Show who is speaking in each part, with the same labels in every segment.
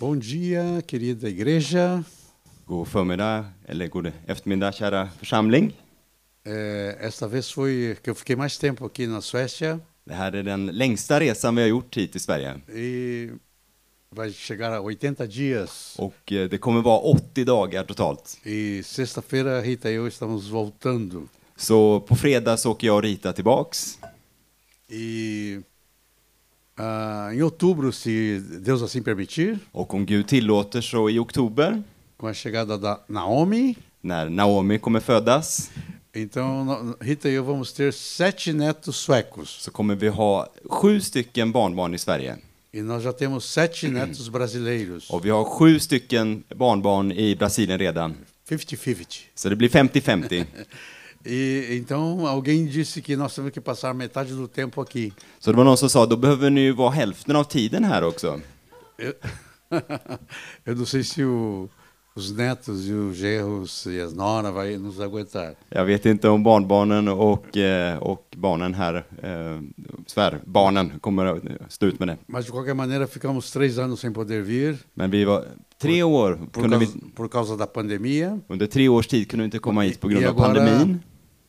Speaker 1: Bom dia, querida igreja.
Speaker 2: God förmiddag, eller god eftermiddag kära församling.
Speaker 1: Eh, esta vez foi que eu fiquei mais tempo aqui na Suécia
Speaker 2: Det här är den längsta resan vi har gjort hit i Sverige.
Speaker 1: e vai chegar a 80 dias.
Speaker 2: Och eh, det kommer vara 80 dagar totalt.
Speaker 1: E sexta-feira, Rita e eu estamos voltando.
Speaker 2: Så på fredag så åker jag och Rita tillbaks.
Speaker 1: E ah, em outubro, se Deus assim permitir,
Speaker 2: Och om Gud tillåter så i oktober,
Speaker 1: com a chegada da Naomi,
Speaker 2: när Naomi kommer födas,
Speaker 1: então no- Rita e eu vamos ter sete netos suecos.
Speaker 2: så kommer vi ha sju stycken barnbarn i Sverige.
Speaker 1: E nós já temos sete netos brasileiros.
Speaker 2: Och vi har sju stycken barnbarn i Brasilien redan.
Speaker 1: 50-50.
Speaker 2: Så det blir 50-50.
Speaker 1: E então alguém disse que nós temos que passar metade do tempo aqui.
Speaker 2: Så det var någon som sa, då behöver ni ju vara hälften av tiden här också.
Speaker 1: Eu, eu não sei se o- os netos e os gerros e as nora vai nos aguentar.
Speaker 2: Jag vet inte om barnbarnen och, eh, och barnen här, eh, svärbarnen, kommer att stå ut med det.
Speaker 1: Mas de qualquer maneira ficamos três anos sem poder vir
Speaker 2: Men vi var tre år,
Speaker 1: por,
Speaker 2: kunde vi,
Speaker 1: causa, por causa da pandemia.
Speaker 2: under tre års tid kunde vi inte komma hit på grund
Speaker 1: e
Speaker 2: av
Speaker 1: agora
Speaker 2: pandemin.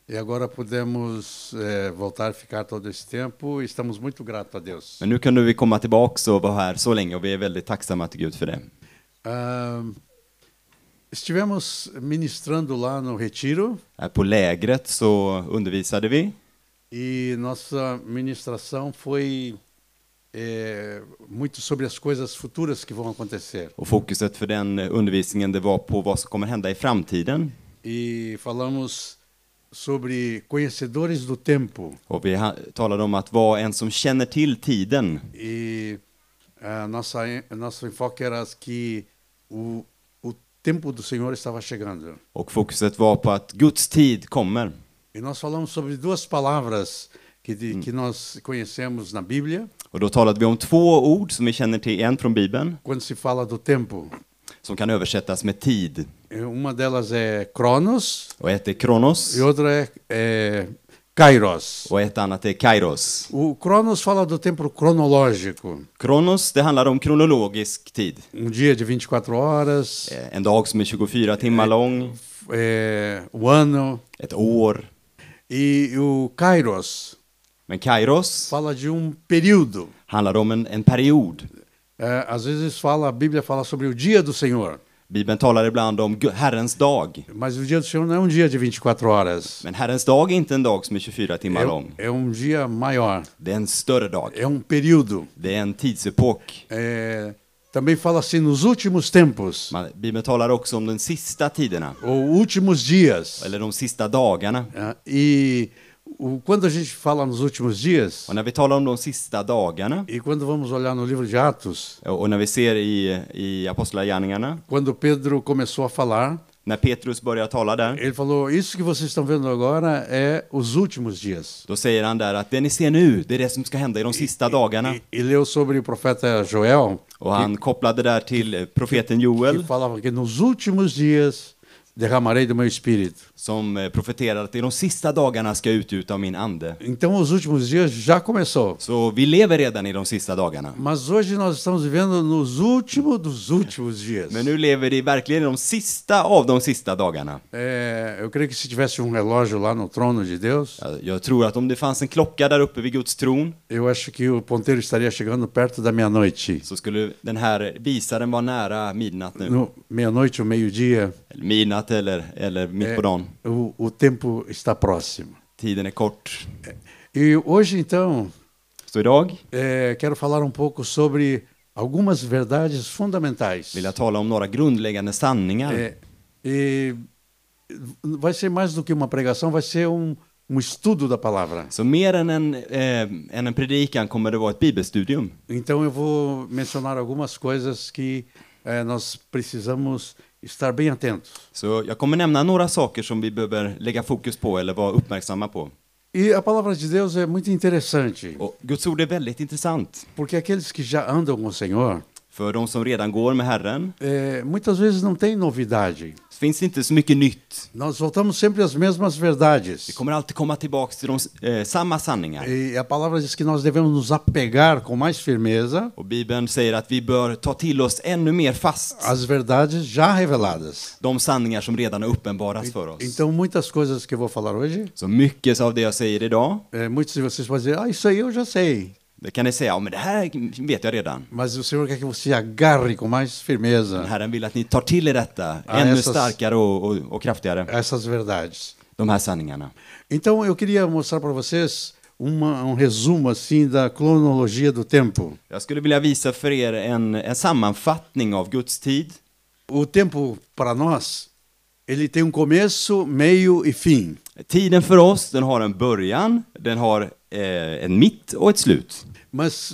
Speaker 1: e agora podemos eh, voltar a ficar todo esse tempo. E estamos muito gratos a Deus.
Speaker 2: Men nu kunde vi komma tillbaka och vara här så länge och vi är väldigt tacksamma till Gud för det.
Speaker 1: Ah, estivemos ministrando lá no retiro.
Speaker 2: Här på lägret så undervisade vi
Speaker 1: E nossa ministração foi eh, muito sobre as coisas futuras que vão acontecer.
Speaker 2: och fokuset för den undervisningen det var på vad som kommer hända i framtiden.
Speaker 1: E falamos sobre conhecedores do tempo.
Speaker 2: Och vi ha- talade om att vara en som känner till tiden.
Speaker 1: E a nossa, en- nosso enfoque era que o, o tempo do Senhor estava chegando.
Speaker 2: Och fokuset var på att Guds tid kommer.
Speaker 1: E nós falamos sobre duas palavras que, de, que nós conhecemos na Bíblia
Speaker 2: Och då talade vi om två ord som vi känner till, en från Bibeln,
Speaker 1: quando se fala do tempo.
Speaker 2: som kan översättas med tid.
Speaker 1: Eh, Uma delas é Cronos,
Speaker 2: Och ett är Kronos
Speaker 1: e outra é, é Kairos.
Speaker 2: och ett annat är Kairos.
Speaker 1: O Cronos fala do tempo cronológico,
Speaker 2: Kronos, det handlar om kronologisk tid.
Speaker 1: um dia de 24 horas,
Speaker 2: Eh, En dag som är 24 timmar lång,
Speaker 1: é, o ano.
Speaker 2: ett år.
Speaker 1: E o Kairos
Speaker 2: Men Kairos
Speaker 1: fala de um período.
Speaker 2: handlar om en, en period.
Speaker 1: É, às vezes fala, a Bíblia fala sobre o dia do Senhor,
Speaker 2: Bibeln talar ibland om Gu- Herrens dag.
Speaker 1: mas o dia do Senhor não é um dia de 24 horas.
Speaker 2: Men Herrens dag är inte en dag som är 24 timmar
Speaker 1: É,
Speaker 2: lång.
Speaker 1: é um dia maior,
Speaker 2: Det är en större dag.
Speaker 1: é um período.
Speaker 2: Det är en tidsepok.
Speaker 1: É, também fala assim nos últimos tempos,
Speaker 2: Man, Bibeln talar också om de sista tiderna,
Speaker 1: ou últimos dias.
Speaker 2: eller de sista dagarna.
Speaker 1: É, e o, quando a gente fala nos últimos dias,
Speaker 2: Och när vi talar om de sista dagarna
Speaker 1: E quando vamos olhar no livro de Atos,
Speaker 2: och när vi ser i, i Apostlagärningarna,
Speaker 1: quando Pedro começou a falar,
Speaker 2: när Petrus börjar tala där,
Speaker 1: ele falou: Isso que vocês estão vendo agora é os últimos dias.
Speaker 2: då säger han där att det ni ser nu, det är det som ska hända i de sista dagarna.
Speaker 1: E, e leu sobre o profeta Joel,
Speaker 2: Och han kopplade där till eh, profeten
Speaker 1: que
Speaker 2: Joel
Speaker 1: falava que nos últimos dias derramarei do meu espírito.
Speaker 2: som eh, profeterade att i de sista dagarna ska jag utgjuta min ande.
Speaker 1: Então, os últimos dias já começou.
Speaker 2: Så vi lever redan i de sista dagarna.
Speaker 1: Mas hoje nós estamos vivendo nos últimos dos últimos dias.
Speaker 2: Men nu lever vi verkligen i de sista av de sista dagarna.
Speaker 1: É, eu creio que se tivesse um relógio lá no trono de Deus,
Speaker 2: Jag- Jag tror att om det fanns en klocka där uppe vid Guds tron
Speaker 1: eu acho que o ponteiro estaria chegando perto da meia-noite.
Speaker 2: så skulle den här visaren vara nära midnatt nu.
Speaker 1: No- Meia-noite, o meio-dia, é,
Speaker 2: Eller midnatt eller, eller mitt
Speaker 1: Eh.
Speaker 2: på dagen.
Speaker 1: O, o tempo está próximo.
Speaker 2: Tiden är kort.
Speaker 1: E hoje, então,
Speaker 2: Så idag
Speaker 1: eh, quero falar um pouco sobre algumas verdades fundamentais.
Speaker 2: vill jag tala om några grundläggande sanningar.
Speaker 1: É, e vai ser mais do que uma pregação, vai ser um, um estudo da palavra.
Speaker 2: Så mer än en, eh, än en predikan kommer det vara ett bibelstudium.
Speaker 1: Então, eu vou mencionar algumas coisas que eh, nós precisamos estar bem atentos.
Speaker 2: Så jag kommer nämna några saker som vi behöver lägga fokus på eller vara uppmärksamma på.
Speaker 1: E a palavra de Deus é muito interessante,
Speaker 2: Och Guds ord är väldigt intressant.
Speaker 1: porque aqueles que já andam com o Senhor,
Speaker 2: För de som redan går med Herren
Speaker 1: É, muitas vezes não tem novidade.
Speaker 2: finns inte så mycket nytt.
Speaker 1: Nós voltamos sempre às mesmas verdades.
Speaker 2: Vi kommer alltid komma tillbaka till de, eh, samma sanningar.
Speaker 1: E a palavra diz que nós devemos nos apegar com mais firmeza
Speaker 2: Och Bibeln säger att vi bör ta till oss ännu mer fast
Speaker 1: às verdades já reveladas.
Speaker 2: de sanningar som redan har uppenbarats för oss.
Speaker 1: Então, muitas coisas que eu vou falar hoje,
Speaker 2: Så mycket av det jag säger idag,
Speaker 1: é, muitos de vocês podem dizer, ah, isso aí eu já sei.
Speaker 2: det kan ni säga, ja men det här vet jag redan.
Speaker 1: Mas o Senhor quer que você agarre com mais
Speaker 2: Men
Speaker 1: firmeza
Speaker 2: Herren vill att ni tar till er detta
Speaker 1: Ja,
Speaker 2: ännu
Speaker 1: Jesus.
Speaker 2: starkare och, och, och kraftigare,
Speaker 1: essas verdades.
Speaker 2: de här sanningarna.
Speaker 1: Então, eu queria mostrar para vocês uma, um resumo assim da cronologia do tempo.
Speaker 2: Jag skulle vilja visa för er en, en sammanfattning av Guds tid.
Speaker 1: O tempo para nós, ele tem um começo, meio e fim.
Speaker 2: Tiden för oss, den har en början, den har eh, en mitt och ett slut.
Speaker 1: Mas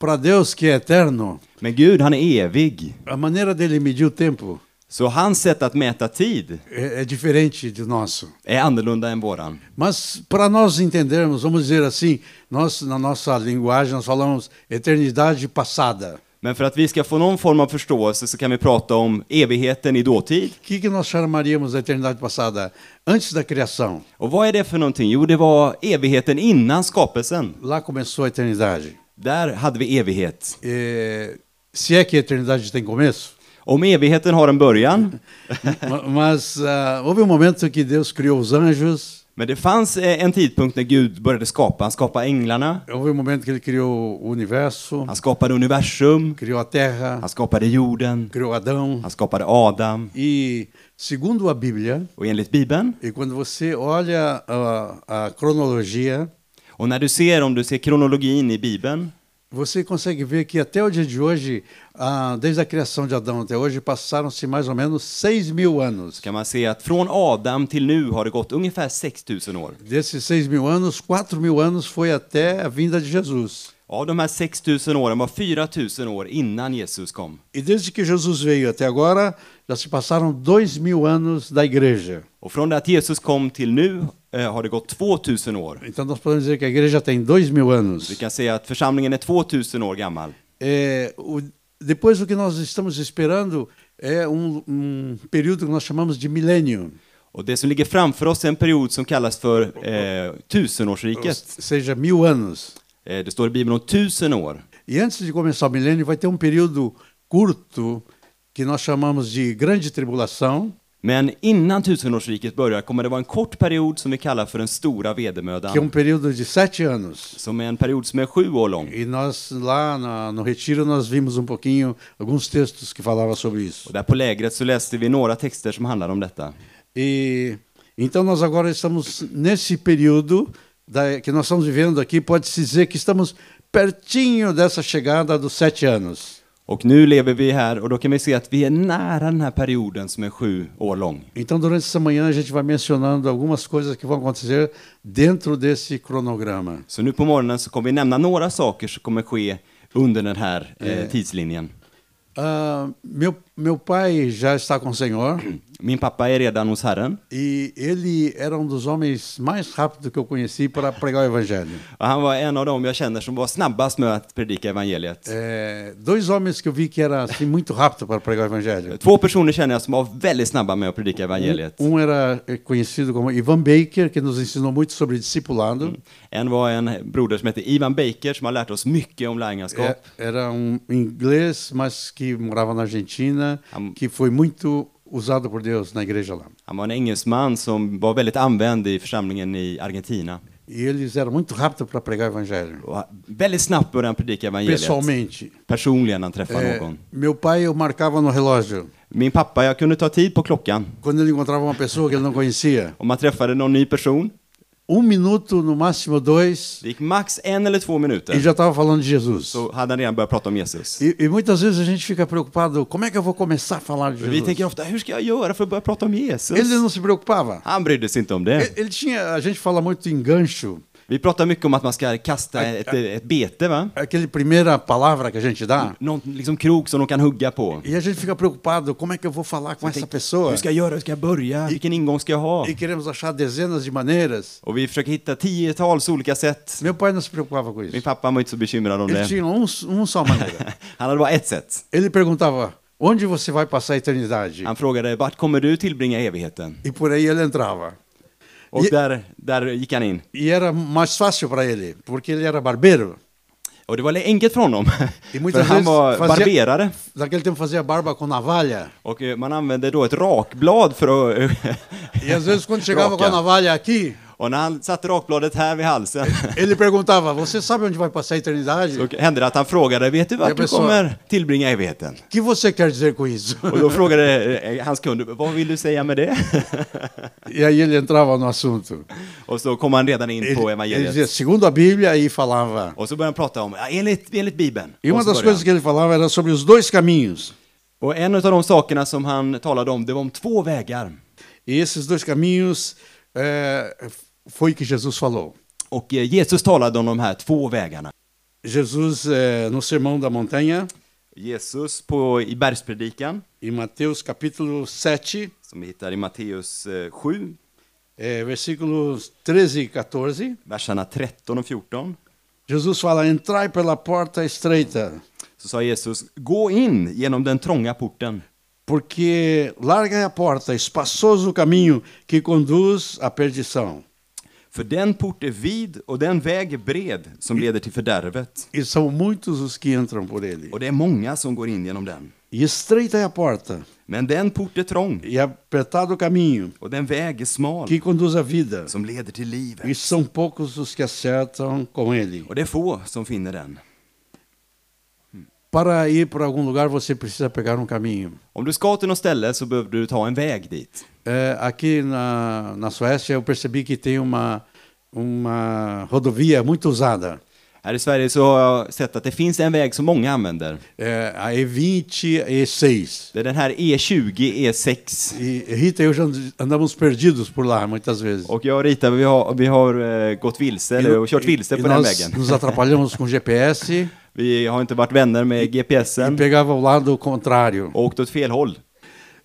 Speaker 1: para Deus que é eterno,
Speaker 2: Men Gud, han är evig.
Speaker 1: a maneira dele medir o tempo
Speaker 2: Så hans sätt att mäta tid
Speaker 1: é, é diferente do nosso.
Speaker 2: är annorlunda än våran.
Speaker 1: Mas para nós entendermos, vamos dizer assim, nós na nossa linguagem nós falamos eternidade passada.
Speaker 2: Men för att vi ska få någon form av förståelse så kan vi prata om evigheten i dåtid.
Speaker 1: O que, que nós chamaríamos da eternidade passada? Antes da criação,
Speaker 2: Och vad är det för någonting? Jo, det var evigheten innan skapelsen.
Speaker 1: lá começou a eternidade.
Speaker 2: Där hade vi evighet.
Speaker 1: É, se é que a eternidade tem começo,
Speaker 2: Om evigheten har en början,
Speaker 1: ma- mas ah, houve um momento que Deus criou os anjos,
Speaker 2: men det fanns eh, en tidpunkt när Gud började skapa. Han skapade änglarna,
Speaker 1: houve um momento que Ele criou o universo,
Speaker 2: han skapade universum,
Speaker 1: criou a terra,
Speaker 2: han skapade jorden,
Speaker 1: criou Adão.
Speaker 2: han skapade Adam.
Speaker 1: E segundo a Bíblia,
Speaker 2: Och enligt Bibeln,
Speaker 1: e quando você olha a, a cronologia,
Speaker 2: och när du ser, om du ser kronologin i Bibeln,
Speaker 1: Você consegue ver que até o dia de hoje, ah, desde a criação de Adão até hoje, passaram-se mais ou menos 6 mil anos.
Speaker 2: så kan man se att från Adam till nu har det gått ungefär 6000 år.
Speaker 1: Desses 6 mil anos, 4 mil anos foi até a vinda de Jesus.
Speaker 2: Av de här 6000 åren var 4000 år innan Jesus kom.
Speaker 1: E desde que Jesus veio até agora, já se passaram 2 mil anos da igreja.
Speaker 2: Och från det att Jesus kom till nu eh, har det gått 2000 år.
Speaker 1: Então nós podemos dizer que a igreja tem 2 mil
Speaker 2: Vi
Speaker 1: anos.
Speaker 2: kan säga att församlingen är 2000 år gammal.
Speaker 1: É, o- depois o que nós estamos esperando é um, um período que nós chamamos de milênio.
Speaker 2: Och det som ligger framför oss är en period som kallas för eh,
Speaker 1: Ou
Speaker 2: tusenårsriket.
Speaker 1: é, seja, mil anos.
Speaker 2: Eh, det står i Bibeln om tusen år.
Speaker 1: E antes de começar o milênio, vai ter um período curto que nós chamamos de grande tribulação,
Speaker 2: Men innan tusenårsriket börjar kommer det vara en kort period som vi kallar för den stora
Speaker 1: que é um
Speaker 2: vedermödan.
Speaker 1: período de sete anos.
Speaker 2: Som är en period som är sju år lång.
Speaker 1: E nós lá na- no retiro nós vimos um pouquinho alguns textos que falavam sobre
Speaker 2: Och
Speaker 1: isso.
Speaker 2: där på lägret så läste vi några texter som handlar om detta.
Speaker 1: E então nós agora estamos nesse período da- que nós estamos vivendo aqui, pode-se dizer que estamos pertinho dessa chegada dos sete anos.
Speaker 2: Och nu lever vi här och då kan vi se att vi är nära den här perioden som är sju år lång.
Speaker 1: Então durante essa manhã a gente vai mencionando algumas coisas que vão acontecer dentro desse cronograma.
Speaker 2: Så nu på morgonen så kommer vi nämna några saker som kommer ske under den här eh, tidslinjen.
Speaker 1: Ah, meu, meu pai já está com o Senhor
Speaker 2: Min pappa är redan hos Herren.
Speaker 1: e ele era um dos homens mais rápidos que eu conheci para pregar o Evangelho.
Speaker 2: Och han var en av dem jag känner som var snabbast med att predika
Speaker 1: Eh.
Speaker 2: evangeliet.
Speaker 1: É, dois homens que eu vi que era assim muito rápido para pregar o Evangelho.
Speaker 2: Två personer känner jag som var väldigt snabba med att predika evangeliet.
Speaker 1: Um era eh, conhecido como Ivan Baker, que nos ensinou muito sobre discipulado.
Speaker 2: En var en broder som hette Ivan Baker som har lärt oss mycket om lärjungaskap.
Speaker 1: É, era um inglês, mas que morava na Argentina,
Speaker 2: Am-
Speaker 1: que foi muito usado por Deus na igreja lá.
Speaker 2: Han var en engelsman som var väldigt använd i församlingen i Argentina.
Speaker 1: E eles eram muito rápidos para pregar o Evangelho,
Speaker 2: Och han- väldigt snabbt började han predika evangeliet.
Speaker 1: pessoalmente.
Speaker 2: Personligen när han träffade
Speaker 1: É,
Speaker 2: någon.
Speaker 1: meu pai eu marcava no relógio.
Speaker 2: Min pappa, jag kunde ta tid på klockan.
Speaker 1: Quando ele encontrava uma pessoa que ele não conhecia,
Speaker 2: Om man träffade någon ny person,
Speaker 1: um minuto, no máximo dois,
Speaker 2: det gick max en eller två
Speaker 1: e
Speaker 2: minuter,
Speaker 1: já estava falando de Jesus.
Speaker 2: så hade han redan börjat prata om Jesus.
Speaker 1: E, e muitas vezes a gente fica preocupado, como é que eu vou começar a falar de
Speaker 2: Vi tänker
Speaker 1: Jesus?
Speaker 2: ofta, hur ska jag göra för att börja prata om
Speaker 1: Ele
Speaker 2: Jesus?
Speaker 1: não se preocupava.
Speaker 2: Han brydde sig inte om
Speaker 1: Ele,
Speaker 2: det.
Speaker 1: ele tinha, a gente fala muito em gancho,
Speaker 2: Vi pratar mycket om att man ska kasta ett, ett bete, va?
Speaker 1: Aquela primeira palavra que a gente dá.
Speaker 2: Någon liksom krok som de kan hugga på.
Speaker 1: E a gente fica preocupado, como é que eu vou falar com essa pessoa?
Speaker 2: Hur ska jag göra? Hur ska jag börja? Vilken ingång ska jag ha?
Speaker 1: E queremos achar dezenas de maneiras.
Speaker 2: Och vi försöker hitta tiotals olika sätt.
Speaker 1: Meu pai não se preocupava com
Speaker 2: Min
Speaker 1: isso.
Speaker 2: pappa var inte så bekymrad om
Speaker 1: Ele
Speaker 2: det.
Speaker 1: tinha um, um só maneira.
Speaker 2: Han hade bara ett sätt.
Speaker 1: Ele perguntava, onde você vai passar a eternidade?
Speaker 2: Han frågade, vart kommer du tillbringa evigheten?
Speaker 1: E por aí ele entrava.
Speaker 2: Och
Speaker 1: Ge-
Speaker 2: där, där gick han in.
Speaker 1: E era mais fácil para ele, porque ele era barbeiro.
Speaker 2: Och det var enkelt för honom.
Speaker 1: E
Speaker 2: För
Speaker 1: muitas
Speaker 2: han
Speaker 1: vezes
Speaker 2: var
Speaker 1: fazia,
Speaker 2: barberare.
Speaker 1: naquele tempo fazia barba com navalha.
Speaker 2: Och eh, man använde då ett rakblad för att... eh,
Speaker 1: E às vezes quando chegava com a
Speaker 2: Raka.
Speaker 1: navalha aqui,
Speaker 2: Och när han satte rakbladet här vid halsen
Speaker 1: ele perguntava: "Você sabe onde vai passar a eternidade?
Speaker 2: så hände det att han frågade, vet du vart
Speaker 1: Jag
Speaker 2: du
Speaker 1: förstår.
Speaker 2: kommer tillbringa evigheten?
Speaker 1: O que você quer dizer com isso?"
Speaker 2: Och då frågade eh, hans kund, vad vill du säga med det?
Speaker 1: E aí ele entrava no assunto.
Speaker 2: Och så kom han redan in
Speaker 1: Ele,
Speaker 2: på
Speaker 1: ele dizia:
Speaker 2: evangeliet.
Speaker 1: "Segundo a Bíblia" e falava.
Speaker 2: Och så började han prata om, "Ja, enligt, enligt Bibeln.
Speaker 1: E uma
Speaker 2: Och så
Speaker 1: das
Speaker 2: började
Speaker 1: coisas que ele falava era sobre os dois caminhos.
Speaker 2: han. Och en av de sakerna som han talade om, det var om två vägar.
Speaker 1: E esses dois caminhos eh, foi que Jesus falou.
Speaker 2: Och eh, Jesus talade om de här två vägarna.
Speaker 1: Jesus eh, no Sermão da Montanha,
Speaker 2: Jesus på, i bergspredikan,
Speaker 1: em Mateus capítulo 7,
Speaker 2: som vi hittar i Matteus eh, 7,
Speaker 1: eh, versículos 13 e 14,
Speaker 2: verserna 13 och 14,
Speaker 1: Jesus fala: Entrai pela porta estreita,
Speaker 2: så sa Jesus, gå in genom den trånga porten.
Speaker 1: porque larga é a porta, espaçoso o caminho que conduz à perdição.
Speaker 2: För den port är vid och den väg är bred som leder till fördärvet.
Speaker 1: E são muitos os que entram por ele.
Speaker 2: Och det är många som går in genom den.
Speaker 1: E estreita é a porta,
Speaker 2: Men den port är trång
Speaker 1: e apertado o caminho
Speaker 2: och den väg är smal
Speaker 1: que conduz à vida,
Speaker 2: som leder till livet.
Speaker 1: e são poucos os que acertam com ele.
Speaker 2: Och det är få som finner den.
Speaker 1: Para ir para algum lugar, você precisa pegar um caminho.
Speaker 2: Om du ska till något ställe så behöver du ta en väg dit.
Speaker 1: É, aqui na, na Suécia, eu percebi que tem uma, uma rodovia muito usada.
Speaker 2: Här i Sverige så har jag sett att det finns en väg som många använder.
Speaker 1: É, a E20, a E6.
Speaker 2: Det är den här E E20, E6.
Speaker 1: E Rita e eu já and- andamos perdidos por lá muitas vezes.
Speaker 2: Och jag och Rita, vi har, vi har eh, gått vilse, eller och kört vilse
Speaker 1: e
Speaker 2: på den
Speaker 1: nós
Speaker 2: vägen.
Speaker 1: nos atrapalhamos com GPS
Speaker 2: Vi har inte varit vänner med
Speaker 1: e
Speaker 2: GPSen
Speaker 1: pegava o lado contrário.
Speaker 2: och åkt åt fel håll.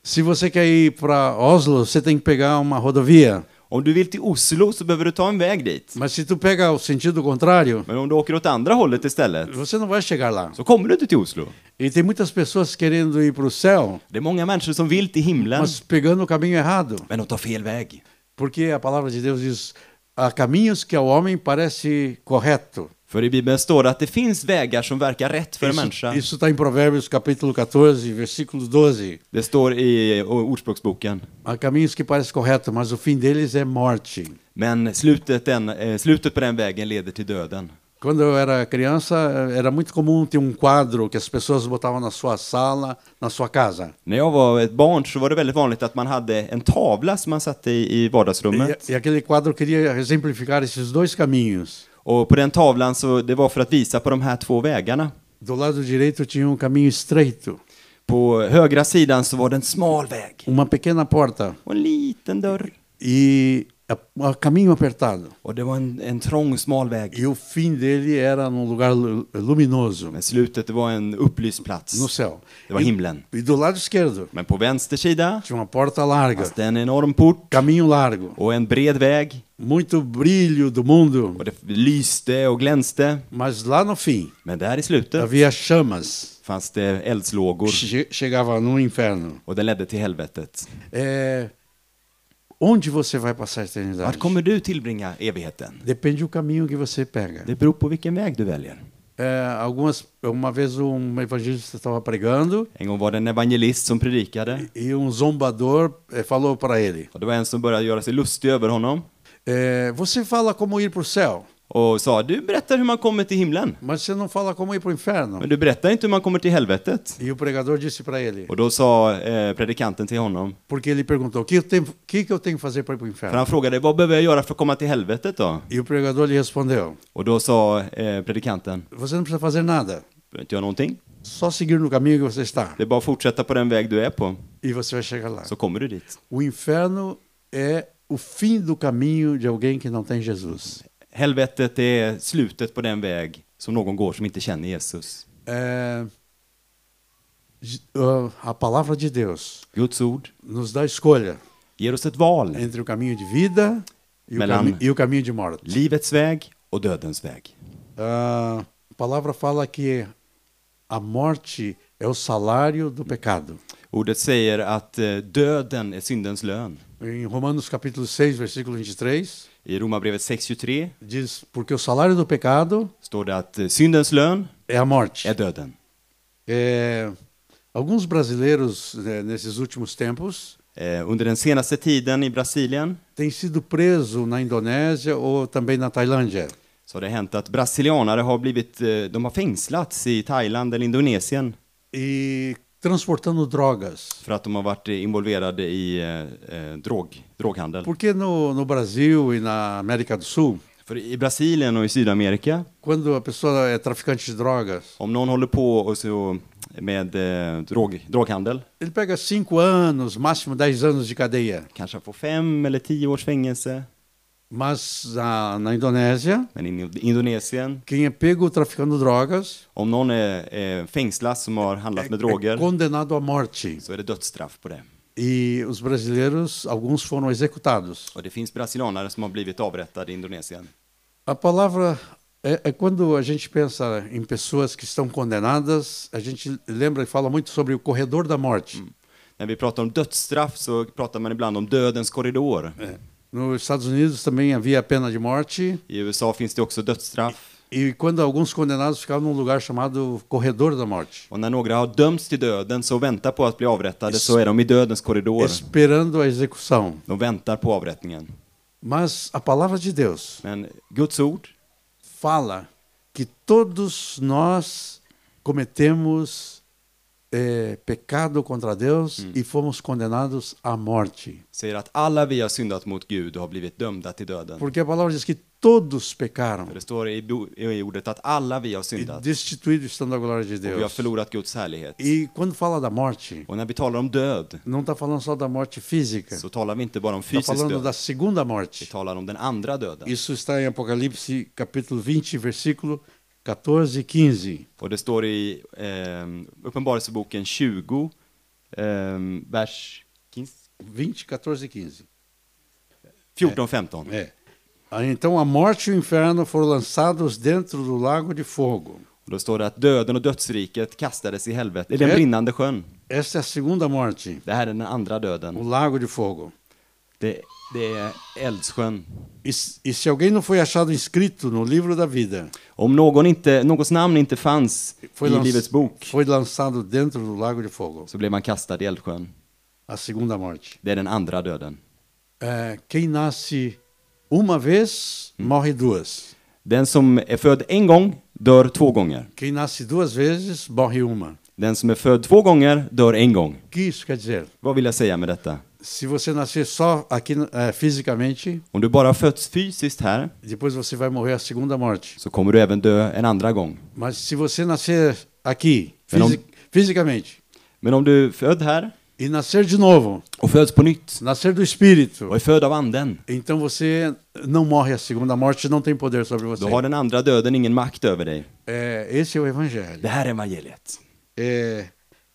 Speaker 1: Se você quer ir para Oslo, você tem que pegar uma rodovia.
Speaker 2: Om du vill till Oslo så behöver du ta en väg dit.
Speaker 1: Mas se tu pega o sentido contrário,
Speaker 2: Men om du åker åt andra hållet istället
Speaker 1: você não vai chegar lá.
Speaker 2: så kommer du inte till Oslo.
Speaker 1: E tem muitas pessoas querendo ir para o céu,
Speaker 2: Det är många människor som vill till himlen,
Speaker 1: mas pegando o caminho errado.
Speaker 2: men de tar fel väg.
Speaker 1: Porque a palavra de Deus diz: há caminhos que ao homem parece correto.
Speaker 2: För i Bibeln står det att det finns vägar som verkar rätt för en människa.
Speaker 1: Isso está em Provérbios capítulo 14, versículo 12.
Speaker 2: Det står i eh, Ordspråksboken.
Speaker 1: Há caminhos que parecem corretos, mas o fim deles é morte.
Speaker 2: Men slutet, den, eh, slutet på den vägen leder till döden.
Speaker 1: Quando eu era criança, eh, era muito comum ter um quadro que as pessoas botavam na sua sala, na sua casa.
Speaker 2: När jag var ett barn så var det väldigt vanligt att man hade en tavla som man satte i, i vardagsrummet.
Speaker 1: E, e aquele quadro queria exemplificar esses dois caminhos.
Speaker 2: Och på den tavlan så, det var för att visa på de här två vägarna.
Speaker 1: Do lado direito tinha um caminho estreito,
Speaker 2: På högra sidan så var det en smal väg
Speaker 1: uma pequena porta
Speaker 2: och en liten dörr.
Speaker 1: e a, a caminho apertado.
Speaker 2: Och det var en, en trång, smal väg.
Speaker 1: E o fim dele era num lugar lu- luminoso,
Speaker 2: Men slutet, det var en upplyst
Speaker 1: no
Speaker 2: plats.
Speaker 1: céu.
Speaker 2: Det var himlen.
Speaker 1: E, e do lado esquerdo
Speaker 2: Men på vänster sida
Speaker 1: tinha uma porta larga,
Speaker 2: fanns det en enorm port
Speaker 1: caminho largo,
Speaker 2: och en bred väg.
Speaker 1: muito brilho do mundo,
Speaker 2: Och det lyste och glänste.
Speaker 1: mas lá no fim
Speaker 2: Men där i slutet
Speaker 1: havia chamas.
Speaker 2: fanns det eldslågor
Speaker 1: Che- Chegava no inferno.
Speaker 2: och det ledde till helvetet.
Speaker 1: É, onde você vai passar a
Speaker 2: Vart
Speaker 1: eternidade?
Speaker 2: kommer du tillbringa evigheten?
Speaker 1: Depende do caminho que você pega.
Speaker 2: Det beror på vilken väg du väljer.
Speaker 1: É, algumas, uma vez um evangelista estava pregando
Speaker 2: En gång var det en evangelist som predikade
Speaker 1: e um zombador eh, falou para ele:
Speaker 2: och det var en som började göra sig lustig över honom
Speaker 1: é, Você fala como ir para o céu,
Speaker 2: och sa du berättar hur man kommer till himlen,
Speaker 1: mas você não fala como ir para o inferno.
Speaker 2: men du berättar inte hur man kommer till helvetet.
Speaker 1: E o pregador disse para ele,
Speaker 2: Och då sa eh, predikanten till honom,
Speaker 1: porque ele perguntou: O que, eu tenho- o que que eu tenho que fazer para ir para o
Speaker 2: för
Speaker 1: inferno?
Speaker 2: han frågade vad behöver jag göra för att komma till helvetet då?
Speaker 1: E o pregador lhe respondeu:
Speaker 2: Och då sa eh, predikanten,
Speaker 1: Você não precisa fazer nada,
Speaker 2: behöver inte göra någonting,
Speaker 1: só seguir no caminho que você está
Speaker 2: det är bara att fortsätta på den väg du är på,
Speaker 1: e você vai chegar lá.
Speaker 2: så kommer du dit.
Speaker 1: O inferno é o fim do caminho de alguém que não tem Jesus.
Speaker 2: Helvetet är slutet på den väg som någon går som inte känner Jesus.
Speaker 1: É, J- ah, a palavra de Deus
Speaker 2: Guds ord
Speaker 1: nos dá escolha
Speaker 2: ger oss ett val.
Speaker 1: entre o caminho de vida e o,
Speaker 2: Melhor, né?
Speaker 1: cami- e o caminho de morte.
Speaker 2: Livets väg och dödens väg.
Speaker 1: Ah, a palavra fala que a morte é o salário do pecado.
Speaker 2: Ordet säger att eh, döden är syndens lön.
Speaker 1: Em Romanos capítulo 6, versículo 23,
Speaker 2: I Romarbrevet 6.23
Speaker 1: diz: Porque o salário do pecado
Speaker 2: står det att eh, syndens lön
Speaker 1: é a morte.
Speaker 2: är döden.
Speaker 1: É, alguns brasileiros, né, nesses últimos tempos,
Speaker 2: Eh, Under den senaste tiden i Brasilien
Speaker 1: têm sido presos na Indonésia ou também na Tailândia.
Speaker 2: så har det hänt att brasilianare har blivit, eh, de har fängslats i Thailand eller Indonesien
Speaker 1: E transportando drogas.
Speaker 2: för att de har varit eh, involverade i eh, eh, drog, droghandel.
Speaker 1: Porque no, no Brasil e na América do Sul,
Speaker 2: För i Brasilien och i Sydamerika,
Speaker 1: quando a pessoa é traficante de drogas,
Speaker 2: om någon håller på och så med eh, drog, droghandel,
Speaker 1: ele pega cinco anos, máximo 10 anos de cadeia.
Speaker 2: kanske får fem eller tio års fängelse.
Speaker 1: Mas na, na Indonésia,
Speaker 2: Men i Indonesien,
Speaker 1: quem é pego traficando drogas
Speaker 2: om någon är, är fängslas som har
Speaker 1: é,
Speaker 2: handlat med
Speaker 1: é
Speaker 2: droger
Speaker 1: condenado à morte.
Speaker 2: så är det dödsstraff på det.
Speaker 1: E os brasileiros, alguns foram executados.
Speaker 2: Och det finns brasilianare som har blivit avrättade i Indonesien.
Speaker 1: A palavra é, é quando a gente pensa em pessoas que estão condenadas, a gente lembra e fala muito sobre o corredor da morte.
Speaker 2: När vi pratar om dödsstraff så pratar man ibland om dödens korridor.
Speaker 1: É. Nos Estados Unidos também havia a pena de morte
Speaker 2: I USA finns det också dödsstraff.
Speaker 1: e quando alguns condenados ficavam num lugar chamado corredor da morte,
Speaker 2: Och när några har dömts till döden så väntar på att bli avrättade så är de i dödens korridor.
Speaker 1: esperando a execução.
Speaker 2: De väntar på avrättningen.
Speaker 1: Mas a palavra de Deus
Speaker 2: Men Guds ord
Speaker 1: fala que todos nós cometemos eh, pecado contra Deus e fomos condenados à morte.
Speaker 2: säger att alla vi har syndat mot Gud och har blivit dömda till döden.
Speaker 1: Porque a palavra diz que todos pecaram
Speaker 2: För det står i, bo- i ordet att alla vi har
Speaker 1: e
Speaker 2: syndat
Speaker 1: destituídos estão da glória de
Speaker 2: och vi har
Speaker 1: Deus.
Speaker 2: förlorat Guds härlighet.
Speaker 1: E quando fala da morte,
Speaker 2: Och när vi talar om död
Speaker 1: não está falando só da morte física,
Speaker 2: så talar vi inte bara om
Speaker 1: está
Speaker 2: fysisk
Speaker 1: Tá falando da
Speaker 2: död,
Speaker 1: segunda
Speaker 2: vi
Speaker 1: morte.
Speaker 2: talar om den andra döden.
Speaker 1: Isso está em Apocalipse capítulo 20, versículo 14 e 15.
Speaker 2: Och det står i eh, Uppenbarelseboken 20, eh, vers
Speaker 1: 20, 14 e 15.
Speaker 2: 14 15.
Speaker 1: É. Ah, Então a morte e o inferno foram lançados dentro do lago de fogo.
Speaker 2: Och då står det att döden och dödsriket kastades i helvetet, i den
Speaker 1: Eh.
Speaker 2: brinnande sjön.
Speaker 1: Esta é a segunda morte,
Speaker 2: Det här är den andra
Speaker 1: o
Speaker 2: döden.
Speaker 1: lago de fogo.
Speaker 2: Det, det är eldsjön.
Speaker 1: E, s- e se alguém não foi achado inscrito no livro da vida,
Speaker 2: Om någon inte, någons namn inte fanns i
Speaker 1: foi, lan-
Speaker 2: Livets bok
Speaker 1: foi lançado dentro do lago de fogo.
Speaker 2: så blev man kastad i eldsjön.
Speaker 1: A segunda morte.
Speaker 2: Det är den andra döden.
Speaker 1: É, quem nasce uma vez, morre duas.
Speaker 2: Den som är född en gång dör två gånger.
Speaker 1: Quem nasce duas vezes, morre uma.
Speaker 2: Den som är född två gånger dör en gång.
Speaker 1: O que isso quer dizer?
Speaker 2: Vad vill jag säga med detta?
Speaker 1: Se você nascer só aqui eh, fisicamente,
Speaker 2: Om du bara har fötts fysiskt här
Speaker 1: depois você vai morrer a segunda morte.
Speaker 2: så kommer du även dö en andra gång.
Speaker 1: Mas se você nascer aqui,
Speaker 2: Eu não-
Speaker 1: fisi- fisicamente,
Speaker 2: Men om du är född här
Speaker 1: e nascer de novo,
Speaker 2: och föds på nytt
Speaker 1: nascer do espírito,
Speaker 2: och är född av anden,
Speaker 1: então você não morre a segunda morte, não tem poder sobre você.
Speaker 2: då har den andra döden ingen makt över dig.
Speaker 1: É, esse é o evangelho.
Speaker 2: Det här är evangeliet.
Speaker 1: É,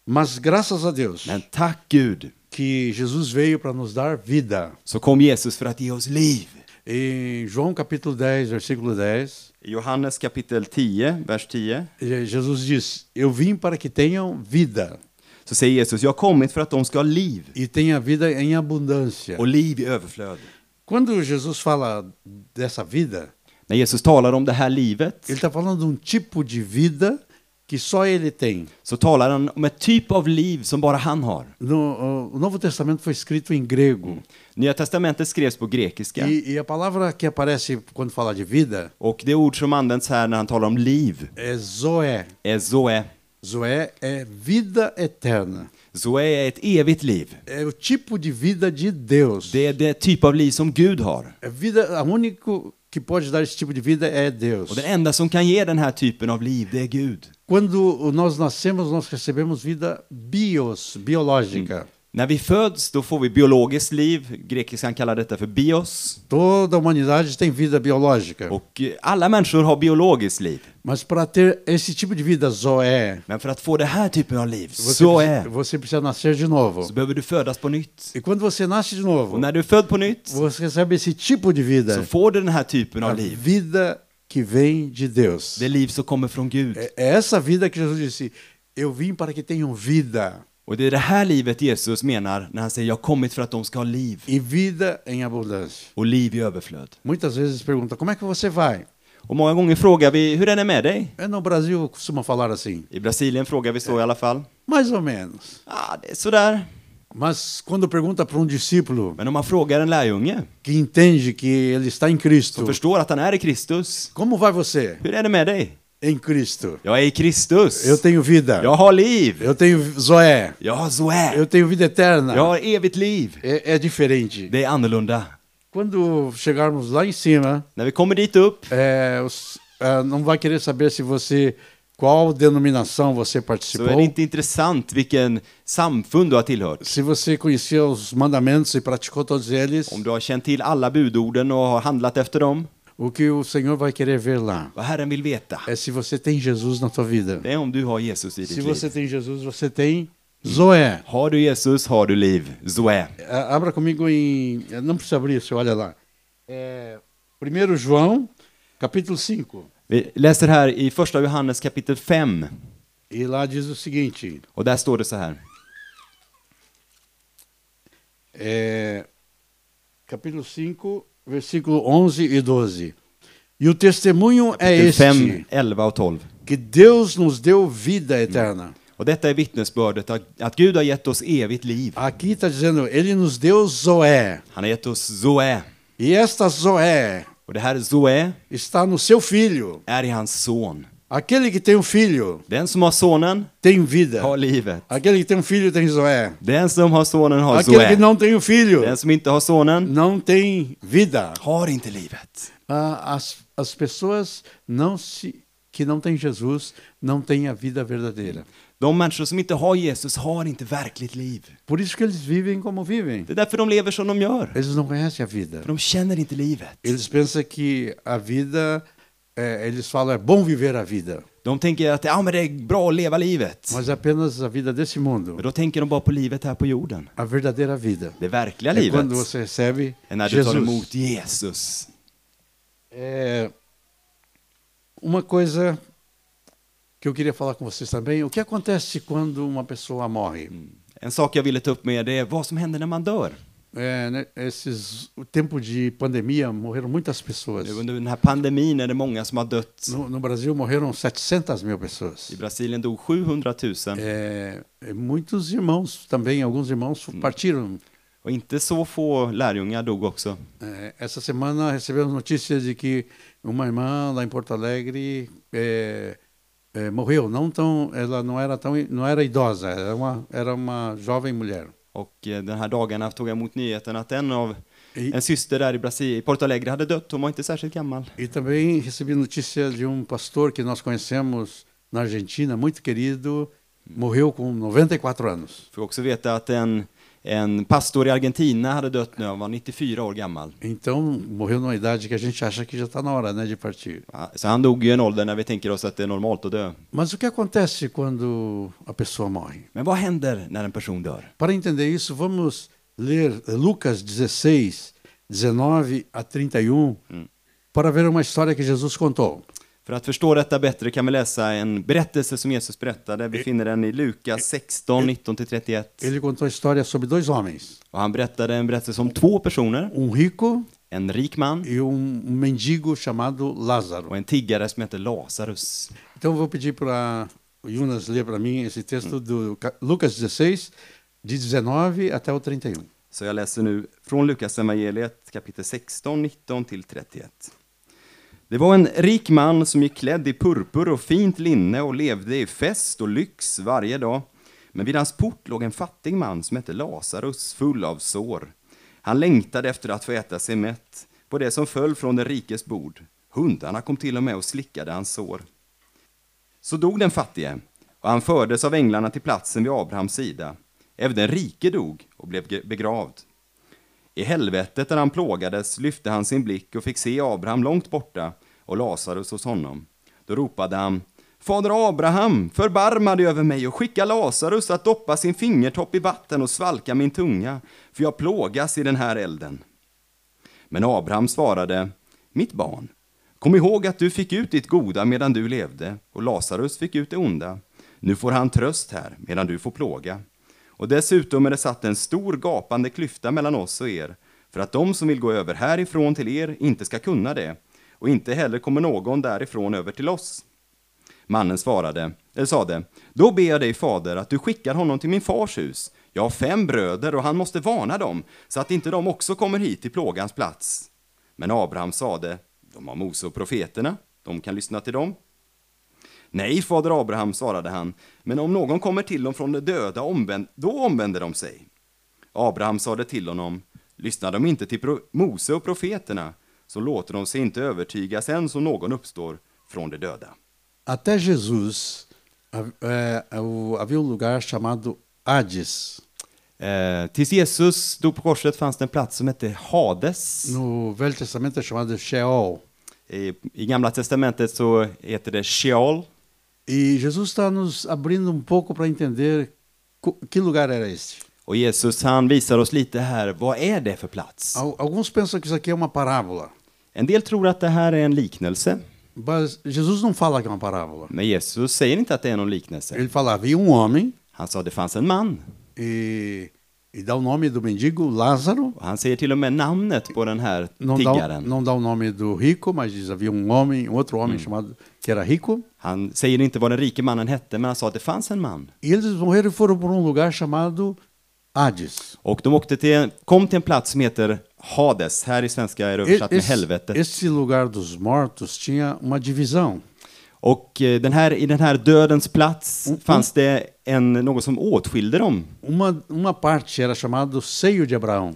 Speaker 1: mas graças a Deus
Speaker 2: Men tack Gud
Speaker 1: que Jesus veio para nos dar vida.
Speaker 2: så kom Jesus för att ge oss liv.
Speaker 1: Em João capítulo 10, versículo 10,
Speaker 2: I Johannes kapitel 10, vers 10,
Speaker 1: eh, Jesus diz: Eu vim para que tenham vida
Speaker 2: så säger Jesus, jag har kommit för att de ska ha liv
Speaker 1: e tenha vida em abundância.
Speaker 2: och liv i överflöd.
Speaker 1: Quando Jesus fala dessa vida,
Speaker 2: När Jesus talar om det här livet
Speaker 1: ele está falando de um tipo de vida que só ele tem.
Speaker 2: så talar han om ett typ av liv som bara han har.
Speaker 1: No, o Novo Testamento foi escrito em grego
Speaker 2: Nya testamentet skrevs på grekiska
Speaker 1: e, e a palavra que aparece quando fala de vida
Speaker 2: och det ord som används här när han talar om liv
Speaker 1: é zoé.
Speaker 2: är zoe.
Speaker 1: Zoé é vida eterna.
Speaker 2: Zoe är ett evigt liv.
Speaker 1: É o tipo de vida de Deus.
Speaker 2: Det är det typ av liv som Gud har.
Speaker 1: É vida, a único que pode dar esse tipo de vida é Deus.
Speaker 2: Och den enda som kan ge den här typen av liv, det är Gud.
Speaker 1: Quando nós nascemos, nós recebemos vida bios, biológica.
Speaker 2: När vi föds då får vi biologiskt liv, grekiskan kallar detta för bios.
Speaker 1: Toda a humanidade tem vida biológica.
Speaker 2: Och eh, alla människor har biologiskt liv.
Speaker 1: Mas para ter esse tipo de vida zoé,
Speaker 2: Men för att få det här typen av liv,
Speaker 1: você,
Speaker 2: så
Speaker 1: precisa-
Speaker 2: är,
Speaker 1: você precisa nascer de
Speaker 2: så
Speaker 1: novo.
Speaker 2: behöver du födas på nytt.
Speaker 1: E quando você nasce de novo,
Speaker 2: Och när du är född på nytt
Speaker 1: você recebe esse tipo de
Speaker 2: så
Speaker 1: vida.
Speaker 2: får du den här typen
Speaker 1: A
Speaker 2: av liv.
Speaker 1: vida que vem de Deus.
Speaker 2: Det liv som kommer från Gud.
Speaker 1: É é essa vida que Jesus disse: Eu vim para que tenham vida,
Speaker 2: Och det är det här livet Jesus menar när han säger jag har kommit för att de ska ha liv.
Speaker 1: e vida em abundância.
Speaker 2: Och liv i överflöd.
Speaker 1: Muitas vezes pergunta: Como é que você vai?
Speaker 2: Och många gånger frågar vi, hur är det med dig?
Speaker 1: É no Brasil costuma falar assim,
Speaker 2: I Brasilien frågar vi så i alla fall.
Speaker 1: mais ou menos.
Speaker 2: ah, det är sådär.
Speaker 1: Mas quando pergunta para um discípulo
Speaker 2: Men om man frågar en lärjunge
Speaker 1: que entende que ele está em Cristo,
Speaker 2: som förstår att han är i Kristus.
Speaker 1: como vai você?
Speaker 2: Hur är det med dig?
Speaker 1: Em Cristo.
Speaker 2: Jag är i Kristus.
Speaker 1: Eu tenho vida.
Speaker 2: Jag har liv.
Speaker 1: Eu tenho Zoé.
Speaker 2: Jag har zoe.
Speaker 1: Eu tenho vida eterna.
Speaker 2: Jag har evigt liv.
Speaker 1: É, é diferente.
Speaker 2: Det är annorlunda.
Speaker 1: Quando chegarmos lá em cima,
Speaker 2: När vi kommer dit upp
Speaker 1: é, os- é, não vai querer saber se você qual denominação você
Speaker 2: så är det
Speaker 1: participou,
Speaker 2: inte intressant vilken samfund du har tillhört.
Speaker 1: se você conhecia os mandamentos e praticou todos eles.
Speaker 2: Om du har känt till alla budorden och har handlat efter dem.
Speaker 1: O que o Senhor vai querer ver lá
Speaker 2: Vad Herren vill veta,
Speaker 1: é se você tem Jesus na tua vida.
Speaker 2: det är om du har Jesus i
Speaker 1: Se
Speaker 2: ditt
Speaker 1: você
Speaker 2: liv.
Speaker 1: tem Jesus, você tem Zoé.
Speaker 2: Har du Jesus har du liv. Zoe.
Speaker 1: É, Abra comigo em. é, Não precisa abrir isso, olha lá. É, 1 João, capítulo 5.
Speaker 2: Vi läser här i första Johannes kapitel 5.
Speaker 1: E lá diz o seguinte:
Speaker 2: Och där står det så här.
Speaker 1: é, capítulo 5, versículo 11 e 12. E o testemunho é
Speaker 2: Kapitel
Speaker 1: este:
Speaker 2: 5, 11 och 12.
Speaker 1: que Deus nos deu vida eterna.
Speaker 2: Och detta är vittnesbördet att att Gud har gett oss evigt liv.
Speaker 1: Aqui está dizendo, Ele nos deu Zoé.
Speaker 2: Han har gett oss Zoe.
Speaker 1: E esta Zoé
Speaker 2: Och det här Zoe
Speaker 1: está no seu filho.
Speaker 2: är i hans son.
Speaker 1: Aquele que tem um filho
Speaker 2: Den som har sonen
Speaker 1: tem vida.
Speaker 2: har livet.
Speaker 1: Aquele que tem um filho tem Zoé.
Speaker 2: Den som har sonen har
Speaker 1: Aquele que
Speaker 2: Zoe.
Speaker 1: não tem um filho
Speaker 2: Den som inte har sonen
Speaker 1: não tem vida.
Speaker 2: har inte livet.
Speaker 1: Ah, As, as pessoas não se, que não têm Jesus não têm a vida verdadeira.
Speaker 2: De människor som inte har Jesus har inte verkligt liv.
Speaker 1: Por isso que eles vivem como vivem.
Speaker 2: Det är därför de lever som de gör.
Speaker 1: Eles não conhecem a vida.
Speaker 2: För de känner inte livet.
Speaker 1: Eles pensam que a vida, é, eles falam, é bom viver a vida,
Speaker 2: De tänker att ja, men det är bra att leva livet.
Speaker 1: mas é apenas a vida desse mundo.
Speaker 2: Men då tänker de bara på livet här på jorden.
Speaker 1: A verdadeira vida.
Speaker 2: Det verkliga
Speaker 1: É
Speaker 2: livet
Speaker 1: quando você recebe
Speaker 2: är när du tar
Speaker 1: Jesus.
Speaker 2: emot Jesus.
Speaker 1: É, uma coisa que eu queria falar com vocês também, o que acontece quando uma pessoa morre?
Speaker 2: En sak jag ville ta upp med er, det är vad som händer när man dör.
Speaker 1: É, né, esses, o tempo de pandemia morreram muitas pessoas.
Speaker 2: Nu under den här pandemin är det många som har dött.
Speaker 1: No, no Brasil morreram 700 mil
Speaker 2: I
Speaker 1: pessoas.
Speaker 2: Brasilien dog 700 000.
Speaker 1: É, é, muitos irmãos também, alguns irmãos partiram.
Speaker 2: Och inte så få lärjungar dog också.
Speaker 1: É, essa semana recebemos notícias de que uma irmã lá em Porto Alegre é, é, morreu. Não tão, ela não era tão, não era idosa, era uma, era uma jovem mulher.
Speaker 2: Och eh, den här dagarna tog jag emot nyheten att en av
Speaker 1: I-
Speaker 2: en syster där i Brasilien, i Porto Alegre, hade dött. Hon var inte särskilt gammal.
Speaker 1: E também recebi notícia de um pastor que nós conhecemos na Argentina, muito querido, morreu com 94 anos.
Speaker 2: Får också veta att en, en pastor i Argentina hade dött när han var 94 år gammal.
Speaker 1: Então, morreu numa idade que a gente acha que já está na hora né, de partir.
Speaker 2: Ja, Så han dog ju i en ålder när vi tänker oss att det är normalt att dö.
Speaker 1: Mas o que acontece quando a pessoa morre?
Speaker 2: Men vad händer när en person dör?
Speaker 1: Para entender isso, vamos ler Lucas 16, 19 a 31, para ver uma história que Jesus contou.
Speaker 2: För att förstå detta bättre kan vi läsa en berättelse som Jesus berättade. Vi finner den i Lukas 16, 19-31.
Speaker 1: Ele contou a história sobre dois homens,
Speaker 2: Och han berättade en berättelse om två personer.
Speaker 1: um rico
Speaker 2: En rik man
Speaker 1: e um mendigo chamado Lázaro.
Speaker 2: och en tiggare som heter Lazarus.
Speaker 1: Então eu vou pedir para o Jonas ler para mim esse texto do ca- Lucas 16, de 19 até o 31.
Speaker 2: Så jag läser nu från Lukas evangeliet kapitel 16, 19 till 31. Det var en rik man som gick klädd i purpur och fint linne och levde i fest och lyx varje dag. Men vid hans port låg en fattig man som hette Lazarus full av sår. Han längtade efter att få äta sig mätt på det som föll från den rikes bord. Hundarna kom till och med och slickade hans sår. Så dog den fattige, och han fördes av änglarna till platsen vid Abrahams sida. Även den rike dog och blev ge- begravd. I helvetet där han plågades lyfte han sin blick och fick se Abraham långt borta och Lazarus hos honom. Då ropade han Fader Abraham, förbarma dig över mig och skicka Lazarus att doppa sin fingertopp i vatten och svalka min tunga, för jag plågas i den här elden. Men Abraham svarade, mitt barn, kom ihåg att du fick ut ditt goda medan du levde och Lazarus fick ut det onda. Nu får han tröst här medan du får plåga. Och dessutom är det satt en stor gapande klyfta mellan oss och er, för att de som vill gå över härifrån till er inte ska kunna det, och inte heller kommer någon därifrån över till oss. Mannen svarade, eller sade, då ber jag dig fader att du skickar honom till min fars hus. Jag har fem bröder och han måste varna dem, så att inte de också kommer hit till plågans plats. Men Abraham sade, de har Mose och profeterna, de kan lyssna till dem. Nej, fader Abraham, svarade han, men om någon kommer till dem från de döda, omvänd, då omvänder de sig. Abraham sade till honom, lyssnar de inte till pro- Mose och profeterna, så låter de sig inte övertygas än som någon uppstår från de döda.
Speaker 1: Até Jesus ha- é, o- havia um lugar chamado Hades,
Speaker 2: Eh, tills Jesus dog på korset fanns det en plats som hette Hades.
Speaker 1: no Velho Testamento é chamado Sheol.
Speaker 2: I, I Gamla Testamentet så heter det Sheol.
Speaker 1: E Jesus está nos abrindo um pouco para entender co- que lugar era esse.
Speaker 2: Och Jesus han visar oss lite här, vad är det för plats?
Speaker 1: Al- Alguns pensam que isso aqui é uma parábola,
Speaker 2: En del tror att det här är en liknelse,
Speaker 1: mas Jesus não fala que é uma parábola.
Speaker 2: men Jesus säger inte att det är någon liknelse.
Speaker 1: Ele fala, havia um homem,
Speaker 2: Han sa det fanns en man.
Speaker 1: e, e dá o nome do mendigo, Lázaro.
Speaker 2: Och han säger till och med namnet på den här
Speaker 1: Não dá, o-
Speaker 2: tiggaren.
Speaker 1: não dá o nome do rico, mas diz havia um homem, um outro homem chamado que era rico.
Speaker 2: Han säger inte vad den rike mannen hette, men han sa att det fanns en man.
Speaker 1: E eles morreram e foram para um lugar chamado Hades.
Speaker 2: Och de åkte till, kom till en plats som heter Hades. Här i svenska är det
Speaker 1: E-
Speaker 2: översatt med
Speaker 1: esse-
Speaker 2: helvetet.
Speaker 1: esse lugar dos mortos tinha uma divisão.
Speaker 2: Och eh, den här, i den här dödens plats fanns det en, något som åtskilde dem.
Speaker 1: Uma, uma parte era chamado seio de Abraão.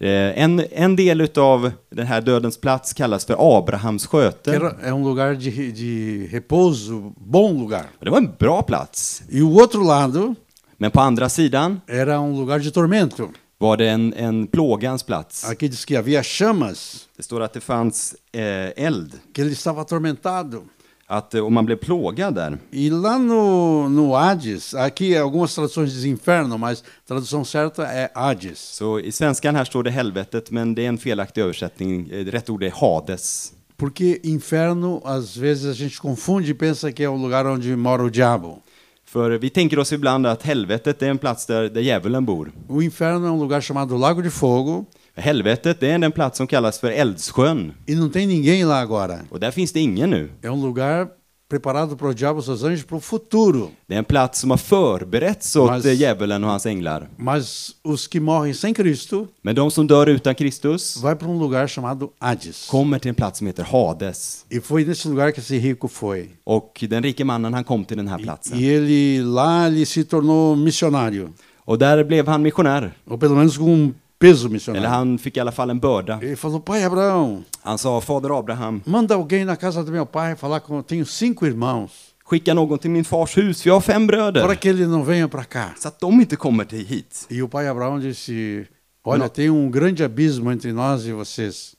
Speaker 2: Eh, En, en del av den här dödens plats kallas för Abrahams
Speaker 1: Que
Speaker 2: sköte.
Speaker 1: era, é um lugar de, re- de repouso, bom lugar.
Speaker 2: Och Det var en bra plats.
Speaker 1: E o outro lado
Speaker 2: Men på andra sidan
Speaker 1: era um lugar de tormento.
Speaker 2: var det en, en plågans plats.
Speaker 1: Aqui diz que havia chamas,
Speaker 2: Det står att det fanns eh, eld
Speaker 1: que ele estava atormentado.
Speaker 2: att, eh, och man blev plågad där.
Speaker 1: E lá no, no Hades, aqui algumas traduções dizem inferno, mas a tradução certa é Hades.
Speaker 2: Så i svenskan här står det helvetet, men det är en felaktig översättning. Eh, Rätt ord är Hades.
Speaker 1: Porque inferno, às vezes, a gente confunde e pensa que é o lugar onde mora o diabo.
Speaker 2: För vi tänker oss ibland att helvetet är en plats där, där djävulen bor.
Speaker 1: O inferno é um lugar chamado Lago de Fogo
Speaker 2: Helvetet det är den plats som kallas för Eldsjön.
Speaker 1: e não tem ninguém lá agora.
Speaker 2: Och där finns det ingen nu.
Speaker 1: É um lugar preparado para o diabo e seus anjos para o futuro.
Speaker 2: Det är en plats som har förberetts åt
Speaker 1: Mas-
Speaker 2: eh, djävulen och hans änglar.
Speaker 1: Mas os que morrem sem Cristo
Speaker 2: Men de som dör utan Kristus
Speaker 1: vai para um lugar chamado Hades.
Speaker 2: kommer till en plats som heter Hades.
Speaker 1: E foi nesse lugar que esse rico foi.
Speaker 2: Och den rike mannen han kom till den här
Speaker 1: E
Speaker 2: platsen.
Speaker 1: ele lá ele se tornou missionário,
Speaker 2: Och där blev han missionär.
Speaker 1: ou pelo menos com um peso
Speaker 2: Eller
Speaker 1: missionário.
Speaker 2: han fick i alla fall en börda.
Speaker 1: Ele falou: "Pai Abraão,
Speaker 2: Han sa, Fader Abraham,
Speaker 1: manda alguém na casa do meu pai falar com eu tenho cinco irmãos,
Speaker 2: skicka någon till min fars hus, för jag har fem
Speaker 1: para
Speaker 2: bröder.
Speaker 1: que ele não venha para cá".
Speaker 2: Så att de inte kommer till hit.
Speaker 1: E o pai Abraão disse: "Olha,
Speaker 2: Não.
Speaker 1: tem um grande abismo entre nós e vocês.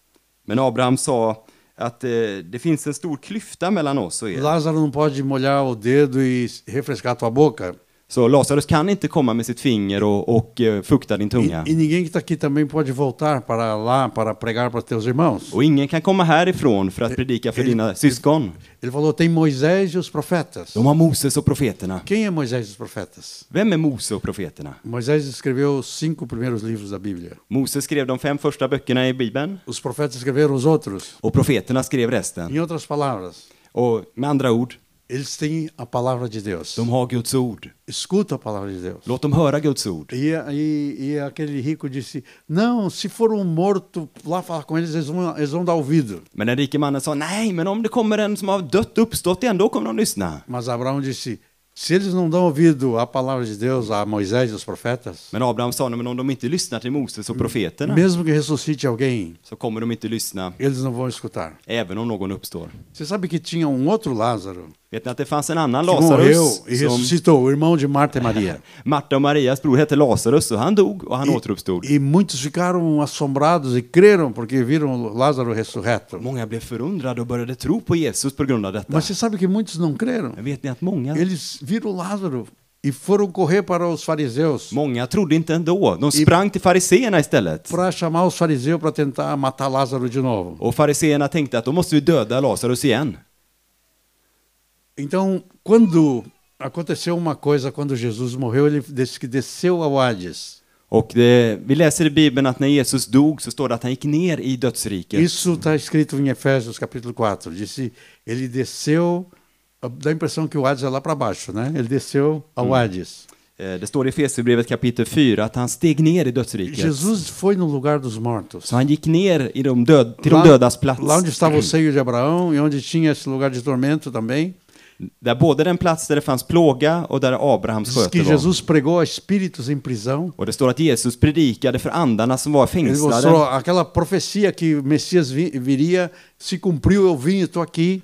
Speaker 2: Men Abraham sa att eh, det finns en stor klyfta mellan oss och er.
Speaker 1: Lázaro não pode molhar o dedo e refrescar tua boca.
Speaker 2: Så Lazarus kan inte komma med sitt finger och, och eh, fukta din tunga.
Speaker 1: E, e ninguém que está aqui também pode voltar para lá para pregar para teus irmãos."
Speaker 2: Och ingen kan komma härifrån för att predika för dina syskon.
Speaker 1: Ele falou: "Tem Moisés e os profetas."
Speaker 2: De har Moses och profeterna.
Speaker 1: Quem é Moisés e os profetas?
Speaker 2: Vem är Mose och profeterna?
Speaker 1: Moisés escreveu os cinco primeiros livros da Bíblia.
Speaker 2: Mose skrev de fem första böckerna i Bibeln
Speaker 1: Os profetas escreveram os outros.
Speaker 2: och profeterna skrev resten.
Speaker 1: Em outras palavras,
Speaker 2: Och med andra ord,
Speaker 1: eles têm a palavra de Deus.
Speaker 2: de har Guds ord.
Speaker 1: Escuta a palavra de Deus.
Speaker 2: Låt dem höra Guds ord.
Speaker 1: E, e, e aquele rico disse: Não, se for um morto lá falar com eles, eles vão, eles vão dar ouvido.
Speaker 2: Men den rike mannen sa, nej, men om det kommer en som har dött och uppstått igen, då kommer de lyssna.
Speaker 1: Mas Abraão disse: Se eles não dão ouvido à palavra de Deus, a Moisés e os profetas,
Speaker 2: Men Abraham sa, "Nej, men om de inte lyssnar till Moses och profeterna
Speaker 1: mesmo que ressuscite alguém,
Speaker 2: så kommer de inte lyssna,
Speaker 1: eles não vão escutar.
Speaker 2: även om någon uppstår.
Speaker 1: Você sabe que tinha um outro Lázaro
Speaker 2: Vet ni att det fanns en annan
Speaker 1: que morreu
Speaker 2: Lazarus
Speaker 1: e
Speaker 2: som
Speaker 1: ressuscitou, o irmão de Marta e Maria.
Speaker 2: Marta och Marias bror hette Lazarus och han dog och han återuppstod.
Speaker 1: E, e muitos ficaram assombrados e creram porque viram Lázaro ressurreto.
Speaker 2: Många blev förundrade och började tro på Jesus på grund av detta.
Speaker 1: Mas você sabe que muitos não creram?
Speaker 2: Men vet ni att många,
Speaker 1: Eles viram Lázaro e foram correr para os fariseus
Speaker 2: många trodde inte ändå. De sprang till fariseerna istället.
Speaker 1: para chamar os fariseus para tentar matar Lázaro de novo.
Speaker 2: Och fariseerna tänkte att då måste vi döda Lazarus igen.
Speaker 1: Então, quando aconteceu uma coisa, quando Jesus morreu, ele disse que desceu ao Hades.
Speaker 2: Och det, vi läser i Bibeln att när Jesus dog så står det att han gick ner i dödsriket.
Speaker 1: Isso está escrito em Efésios capítulo 4. Disse, ele desceu, dá a impressão que o Hades é lá para baixo, né? Ele desceu ao Hades.
Speaker 2: Eh, Det står i Efesierbrevet kapitel 4 att han steg ner i dödsriket.
Speaker 1: Jesus foi no lugar dos mortos.
Speaker 2: Så han gick ner i de död, till de dödas plats.
Speaker 1: lá onde estava o seio de Abraão e onde tinha esse lugar de tormento também.
Speaker 2: Där både den plats där det fanns plåga och där Abrahams
Speaker 1: Diz que
Speaker 2: sköte var.
Speaker 1: Jesus pregou a espíritus em prisão.
Speaker 2: Och det står att Jesus predikade för andarna som var
Speaker 1: Ele
Speaker 2: fängslade.
Speaker 1: mostrou aquela profecia que o Messias vi- viria, se cumpriu, eu vim, estou aqui.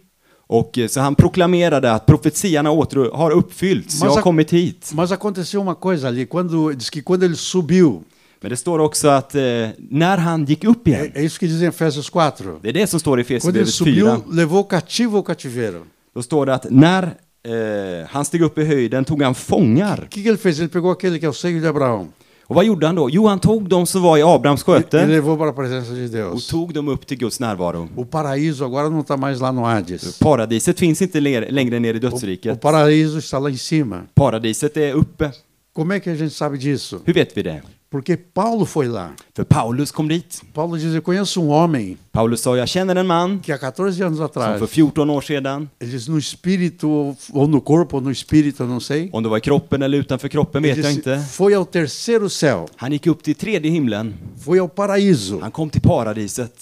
Speaker 2: Och eh, så han proklamerade att profetian åter har uppfyllts, jag
Speaker 1: Massa-
Speaker 2: har kommit hit.
Speaker 1: Mas aconteceu uma coisa ali, quando diz que quando ele subiu,
Speaker 2: Men det står också att eh, när han gick upp igen,
Speaker 1: é, é isso que diz em Efésios 4.
Speaker 2: det är det som står i
Speaker 1: Quando ele
Speaker 2: Efesierbrevet 4,
Speaker 1: subiu, levou cativo ao cativeiro.
Speaker 2: då står det att när eh, han steg upp i höjden tog han fångar.
Speaker 1: O que, que ele fez? Ele pegou aquele que é o seio de Abraão
Speaker 2: Och vad gjorde han då? Jo, han tog dem som var i Abrahams
Speaker 1: e
Speaker 2: sköte
Speaker 1: levou para a presença de
Speaker 2: och
Speaker 1: Deus.
Speaker 2: tog dem upp till Guds närvaro.
Speaker 1: O paraíso agora não está mais lá no Hades.
Speaker 2: Paradiset finns inte ler- längre ner i
Speaker 1: O
Speaker 2: dödsriket.
Speaker 1: paraíso está lá em cima.
Speaker 2: Paradiset är uppe.
Speaker 1: Como é que a gente sabe disso?
Speaker 2: Hur vet vi det?
Speaker 1: Porque Paulo foi lá.
Speaker 2: För Paulus kom dit.
Speaker 1: Paulo diz: Eu conheço um homem
Speaker 2: Paulus sa, jag känner en man
Speaker 1: que há 14 anos
Speaker 2: som
Speaker 1: atrás,
Speaker 2: för 14 år sedan,
Speaker 1: ele diz no espírito, ou- ou no corpo, ou no espírito, eu não sei.
Speaker 2: om det var i kroppen eller utanför kroppen vet
Speaker 1: Ele
Speaker 2: jag
Speaker 1: disse,
Speaker 2: inte.
Speaker 1: foi ao terceiro céu,
Speaker 2: Han gick upp till tredje himlen.
Speaker 1: foi ao paraíso. O
Speaker 2: Han kom till paradiset.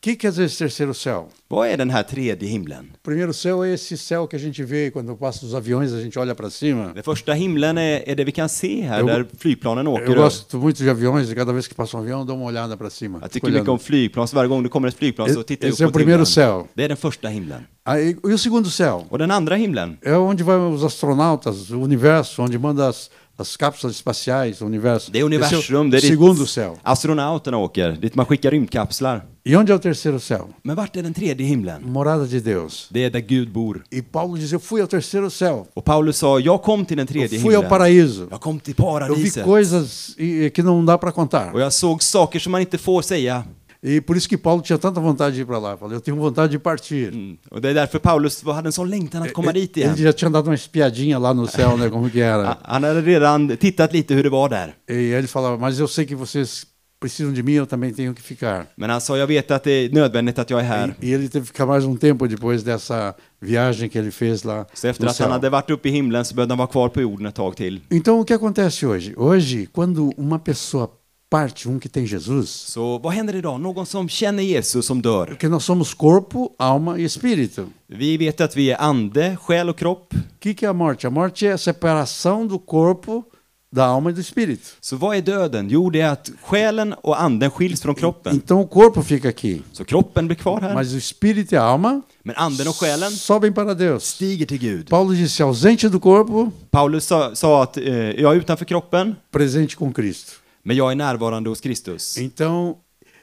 Speaker 1: que quer dizer esse terceiro céu?
Speaker 2: Vad är den här tredje himlen?
Speaker 1: O primeiro céu é esse céu que a gente vê quando passa os aviões, a gente olha para cima.
Speaker 2: Den första himlen är, är det vi kan se här,
Speaker 1: Jo.
Speaker 2: där flygplanen åker.
Speaker 1: Eu gosto muito de aviões e cada vez que passa um avião, eu dou uma olhada para cima. Fico
Speaker 2: Jag tycker mycket om
Speaker 1: olhando.
Speaker 2: flygplan, så varje gång det kommer ett flygplan så
Speaker 1: Eh,
Speaker 2: tittar jag
Speaker 1: esse är
Speaker 2: upp mot
Speaker 1: primeiro
Speaker 2: himlen.
Speaker 1: céu.
Speaker 2: Det är den första himlen.
Speaker 1: Aí, e o segundo céu?
Speaker 2: Och den andra himlen,
Speaker 1: É onde vão os astronautas, o universo, onde manda as, as cápsulas espaciais, o universo.
Speaker 2: det
Speaker 1: Esse
Speaker 2: är
Speaker 1: é o
Speaker 2: universum, det är
Speaker 1: segundo
Speaker 2: dit
Speaker 1: céu.
Speaker 2: astronauterna åker, dit man skickar rymdkapslar.
Speaker 1: E onde é o terceiro céu?
Speaker 2: Men vart är den tredje himlen?
Speaker 1: Morada de Deus.
Speaker 2: Det är där Gud bor.
Speaker 1: E Paulo diz: Eu fui ao terceiro céu,
Speaker 2: Och Paulus sa, jag kom till den
Speaker 1: eu
Speaker 2: tredje
Speaker 1: fui ao
Speaker 2: himlen.
Speaker 1: paraíso.
Speaker 2: Jag kom till
Speaker 1: Eu vi
Speaker 2: paradiset.
Speaker 1: coisas e- que não dá para contar.
Speaker 2: Och jag såg saker som man inte får säga.
Speaker 1: E por isso que Paulo tinha tanta vontade de ir para lá. Falei: Eu tenho vontade de partir.
Speaker 2: Mm. Och det är därför Paulus hade en sån längtan att komma dit
Speaker 1: Ele
Speaker 2: igen.
Speaker 1: já tinha dado uma espiadinha lá no céu, né? Como que
Speaker 2: Han-
Speaker 1: era.
Speaker 2: Han hade redan tittat lite hur det var där.
Speaker 1: E ele falava: Mas eu sei que vocês precisam de mim, eu também tenho que ficar.
Speaker 2: Men han sa, jag vet att det är nödvändigt att jag är här.
Speaker 1: E, e ele teve que ficar mais um tempo depois dessa viagem que ele fez lá.
Speaker 2: Så efter
Speaker 1: no
Speaker 2: att han
Speaker 1: céu.
Speaker 2: hade varit uppe i himlen så behövde han vara kvar på jorden ett tag till.
Speaker 1: Então, o que acontece hoje? Hoje, quando uma pessoa parte, um que tem Jesus,
Speaker 2: Så vad händer idag? Någon som känner Jesus som dör.
Speaker 1: porque nós somos corpo, alma e espírito.
Speaker 2: Vi vet att vi är ande, själ och kropp.
Speaker 1: O que, que é a morte? A morte é a separação do corpo, da alma e do espírito.
Speaker 2: Så vad är döden? Jo, det är att själen och anden skiljs från kroppen.
Speaker 1: Então, o corpo fica aqui,
Speaker 2: Så kroppen blir kvar här.
Speaker 1: mas o espírito e a alma
Speaker 2: Men anden och själen
Speaker 1: sobem para Deus.
Speaker 2: stiger till Gud.
Speaker 1: Paulo disse: ausente do corpo,
Speaker 2: Paulus sa, sa att eh, jag är utanför kroppen,
Speaker 1: presente com Cristo.
Speaker 2: men jag är närvarande hos Kristus.
Speaker 1: Então,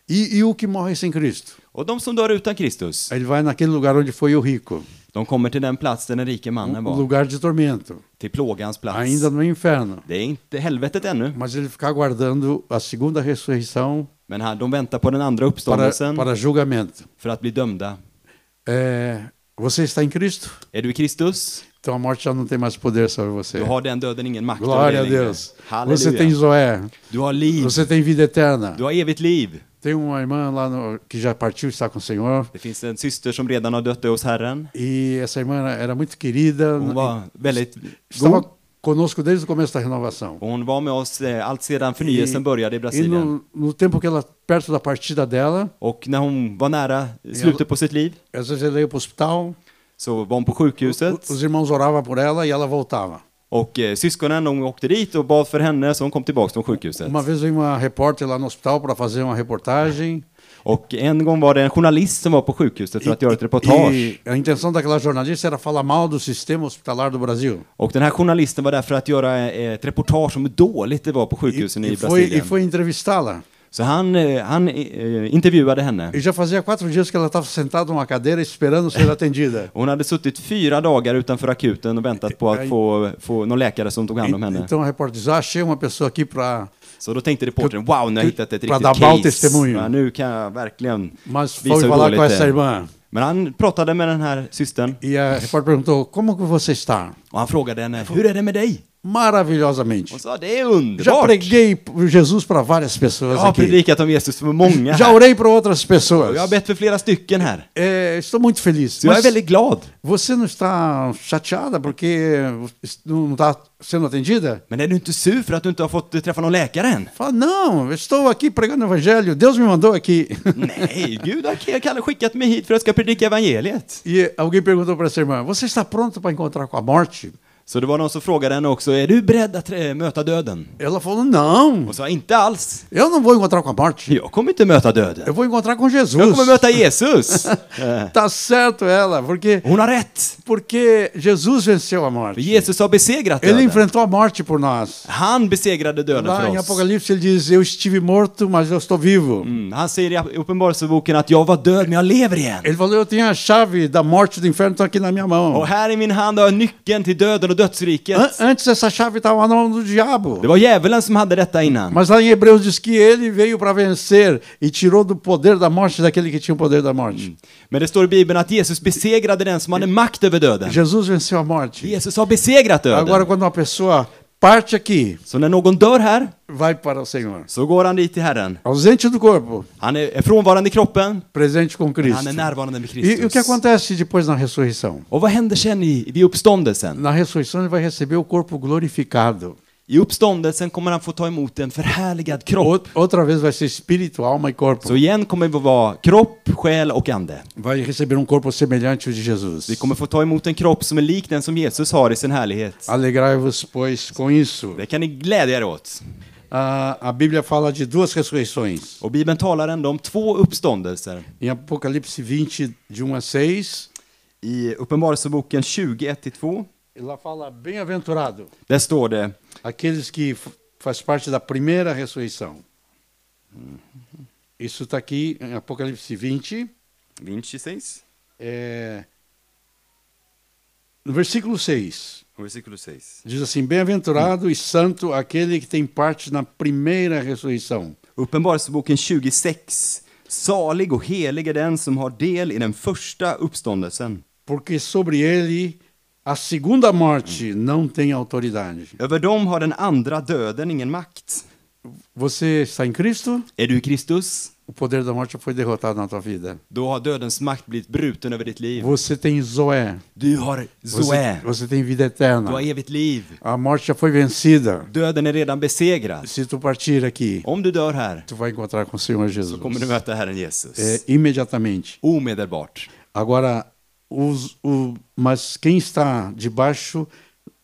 Speaker 1: e, e o que morre sem Cristo?
Speaker 2: Och de som dör utan Kristus,
Speaker 1: Ele vai naquele lugar onde foi o rico,
Speaker 2: de kommer till den plats där den rike mannen
Speaker 1: um
Speaker 2: var.
Speaker 1: lugar de tormento,
Speaker 2: Till plågans plats.
Speaker 1: ainda no inferno.
Speaker 2: Det är inte helvetet ännu,
Speaker 1: Mas ele fica aguardando a segunda ressurreição
Speaker 2: men här, de väntar på den andra
Speaker 1: para,
Speaker 2: uppståndelsen
Speaker 1: para julgamento.
Speaker 2: för att bli dömda.
Speaker 1: É, você está em Cristo?
Speaker 2: Är du i Kristus?
Speaker 1: Então a morte já não tem mais poder sobre você.
Speaker 2: Då har den döden ingen makt över
Speaker 1: Glória
Speaker 2: dig
Speaker 1: a
Speaker 2: längre.
Speaker 1: Deus. Você tem
Speaker 2: Halleluja.
Speaker 1: Zoé.
Speaker 2: Du har liv.
Speaker 1: Você tem vida eterna.
Speaker 2: Du har evigt liv.
Speaker 1: Tem uma irmã lá no- que já partiu, está com o Senhor.
Speaker 2: Det finns en syster som redan har dött hos Herren.
Speaker 1: E essa irmã era- era muito querida. né,
Speaker 2: Hon var väldigt god.
Speaker 1: Estava conosco desde o começo da renovação.
Speaker 2: Och Hon var med oss eh, allt sedan förnyelsen började i
Speaker 1: e
Speaker 2: Brasilien.
Speaker 1: no, no tempo que ela, perto da partida dela,
Speaker 2: Och när hon var nära slutet på sitt liv
Speaker 1: às vezes ela ia para o hospital,
Speaker 2: så var hon på
Speaker 1: o-
Speaker 2: sjukhuset.
Speaker 1: os irmãos oravam por ela e ela voltava.
Speaker 2: Och eh, syskonen de åkte dit och bad för henne så hon kom tillbaka från sjukhuset.
Speaker 1: Uma vez veio uma repórter lá no hospital para fazer uma reportagem
Speaker 2: Och en gång var det en journalist som var på sjukhuset för att göra ett reportage.
Speaker 1: E a intenção daquela jornalista era falar mal do sistema hospitalar do Brasil.
Speaker 2: Och den här journalisten var där för att göra eh, ett reportage om hur dåligt det var på sjukhusen
Speaker 1: E
Speaker 2: i
Speaker 1: foi, e
Speaker 2: Brasilien.
Speaker 1: foi entrevistá-la.
Speaker 2: Så han, eh, han eh, intervjuade henne.
Speaker 1: E já fazia quatro dias que ela estava sentada numa cadeira esperando ser atendida.
Speaker 2: Hon hade suttit fyra dagar utanför akuten och väntat på att
Speaker 1: Aj.
Speaker 2: få, få någon läkare som tog hand om henne.
Speaker 1: Então a repórter diz, ah, achei uma pessoa aqui para...
Speaker 2: Så då tänkte reportern, wow, nu har jag hittat ett
Speaker 1: Pra
Speaker 2: riktigt
Speaker 1: dar mal
Speaker 2: case.
Speaker 1: testemunho.
Speaker 2: Ja, nu kan jag verkligen
Speaker 1: Mas
Speaker 2: visa
Speaker 1: foi
Speaker 2: hur
Speaker 1: falar
Speaker 2: dåligt
Speaker 1: com
Speaker 2: det
Speaker 1: essa
Speaker 2: är.
Speaker 1: irmã.
Speaker 2: Men han pratade med den här systern
Speaker 1: E a repórter perguntou, como que você está?
Speaker 2: och han frågade henne, hur är det med dig?
Speaker 1: Maravilhosamente.
Speaker 2: Hon sa, det är
Speaker 1: Já
Speaker 2: underbart!
Speaker 1: preguei Jesus para várias
Speaker 2: Jag
Speaker 1: pessoas
Speaker 2: har
Speaker 1: aqui.
Speaker 2: predikat om Jesus för många
Speaker 1: Já
Speaker 2: här.
Speaker 1: orei para outras
Speaker 2: Och
Speaker 1: pessoas.
Speaker 2: jag har bett för flera stycken här.
Speaker 1: É, estou muito feliz.
Speaker 2: Så jag är
Speaker 1: Mas
Speaker 2: väldigt glad.
Speaker 1: você não está chateada porque não está sendo atendida?
Speaker 2: Men är du inte sur för att du inte har fått eh, träffa någon läkare än?
Speaker 1: Fala, não, eu estou aqui pregando o evangelho, Deus me mandou aqui.
Speaker 2: Nej, Gud har kan- skickat mig hit för att jag ska predika evangeliet.
Speaker 1: E alguém perguntou para essa irmã: Você está pronta para encontrar com a morte?
Speaker 2: Så det var någon som frågade henne också, är du beredd att eh, möta döden?
Speaker 1: Ela falou: Não,
Speaker 2: Hon sa, inte alls.
Speaker 1: eu não vou encontrar com a morte.
Speaker 2: Jag kommer inte möta döden.
Speaker 1: Eu vou encontrar com
Speaker 2: Jag kommer
Speaker 1: Jesus.
Speaker 2: möta Jesus. Eh,
Speaker 1: Tá certo ela, porque
Speaker 2: Hon har rätt.
Speaker 1: porque Jesus venceu a
Speaker 2: För
Speaker 1: morte.
Speaker 2: Jesus har besegrat
Speaker 1: Ele
Speaker 2: döden.
Speaker 1: enfrentou a morte por nós.
Speaker 2: Han besegrade döden
Speaker 1: Lá em
Speaker 2: för oss.
Speaker 1: Apocalipse ele diz: Eu estive morto, mas eu estou vivo.
Speaker 2: Mm, han säger i Uppenbarelseboken att jag var död men jag lever igen.
Speaker 1: Ele falou: Eu tenho a chave da morte e do inferno está aqui na minha mão.
Speaker 2: Och här i min hand har jag nyckeln till döden och dödsriket.
Speaker 1: An- antes Oh, é essa chave estava na mão do diabo.
Speaker 2: Det var djävulen som hade detta innan.
Speaker 1: Mas lá em Hebreus diz que ele veio para vencer e tirou do poder da morte daquele que tinha o poder da morte.
Speaker 2: Men det står i Bibeln att Jesus besegrade den som hade makt över döden.
Speaker 1: Jesus venceu a morte.
Speaker 2: Jesus har besegrat
Speaker 1: Agora,
Speaker 2: döden.
Speaker 1: quando uma pessoa parte aqui,
Speaker 2: Så när någon dör här,
Speaker 1: vai para o Senhor.
Speaker 2: så går han dit till Herren.
Speaker 1: Ausente do corpo,
Speaker 2: Han är frånvarande i kroppen,
Speaker 1: presente com
Speaker 2: men
Speaker 1: Cristo.
Speaker 2: han är närvarande med
Speaker 1: E, e o que
Speaker 2: Kristus.
Speaker 1: acontece depois na ressurreição?
Speaker 2: Och vad händer sen i, vid uppståndelsen?
Speaker 1: Na ressurreição, ele vai receber o corpo glorificado.
Speaker 2: I uppståndelsen kommer han få ta emot en förhärligad kropp.
Speaker 1: Out- Outra vez vai ser espírito, alma e corpo.
Speaker 2: Så igen kommer vi vara kropp, själ och ande.
Speaker 1: Vai receber um corpo semelhante ao de Jesus.
Speaker 2: Vi kommer få ta emot en kropp som är lik den som Jesus har i sin härlighet.
Speaker 1: Alegrai-vos, pois, com isso.
Speaker 2: Det kan ni glädja er åt.
Speaker 1: A, a Bíblia fala de duas ressurreições.
Speaker 2: Och Bibeln talar ändå om två uppståndelser.
Speaker 1: Em Apocalipse 20, de 1 a 6,
Speaker 2: I Uppenbarelseboken 21-2,
Speaker 1: ela fala bem-aventurado
Speaker 2: där står det
Speaker 1: aqueles que f- faz parte da primeira ressurreição. Uhum. Isso está aqui em Apocalipse 20,
Speaker 2: Vinci seis,
Speaker 1: é, no versículo 6.
Speaker 2: versículo 6.
Speaker 1: Diz assim: Bem-aventurado e santo aquele que tem parte na primeira ressurreição.
Speaker 2: Uppenbarelseboken 26. Salig och helig är den som har del i den första uppståndelsen.
Speaker 1: Porque sobre ele a segunda morte não tem autoridade.
Speaker 2: Över dem har den andra döden ingen makt.
Speaker 1: Você está em Cristo?
Speaker 2: Är du i Kristus?
Speaker 1: O poder da morte foi derrotado na tua vida.
Speaker 2: Då har dödens makt blivit bruten över ditt liv.
Speaker 1: Você tem Zoé.
Speaker 2: Du har
Speaker 1: Você,
Speaker 2: Zoe.
Speaker 1: você tem vida
Speaker 2: Du
Speaker 1: eterna.
Speaker 2: har evigt liv.
Speaker 1: A morte já foi vencida.
Speaker 2: Döden är redan besegrad.
Speaker 1: Se tu partir aqui,
Speaker 2: Om du dör här
Speaker 1: tu vai encontrar com o Senhor Jesus.
Speaker 2: kommer du möta Herren Jesus.
Speaker 1: É, imediatamente.
Speaker 2: Omedelbart.
Speaker 1: Agora, os, o, mas quem está debaixo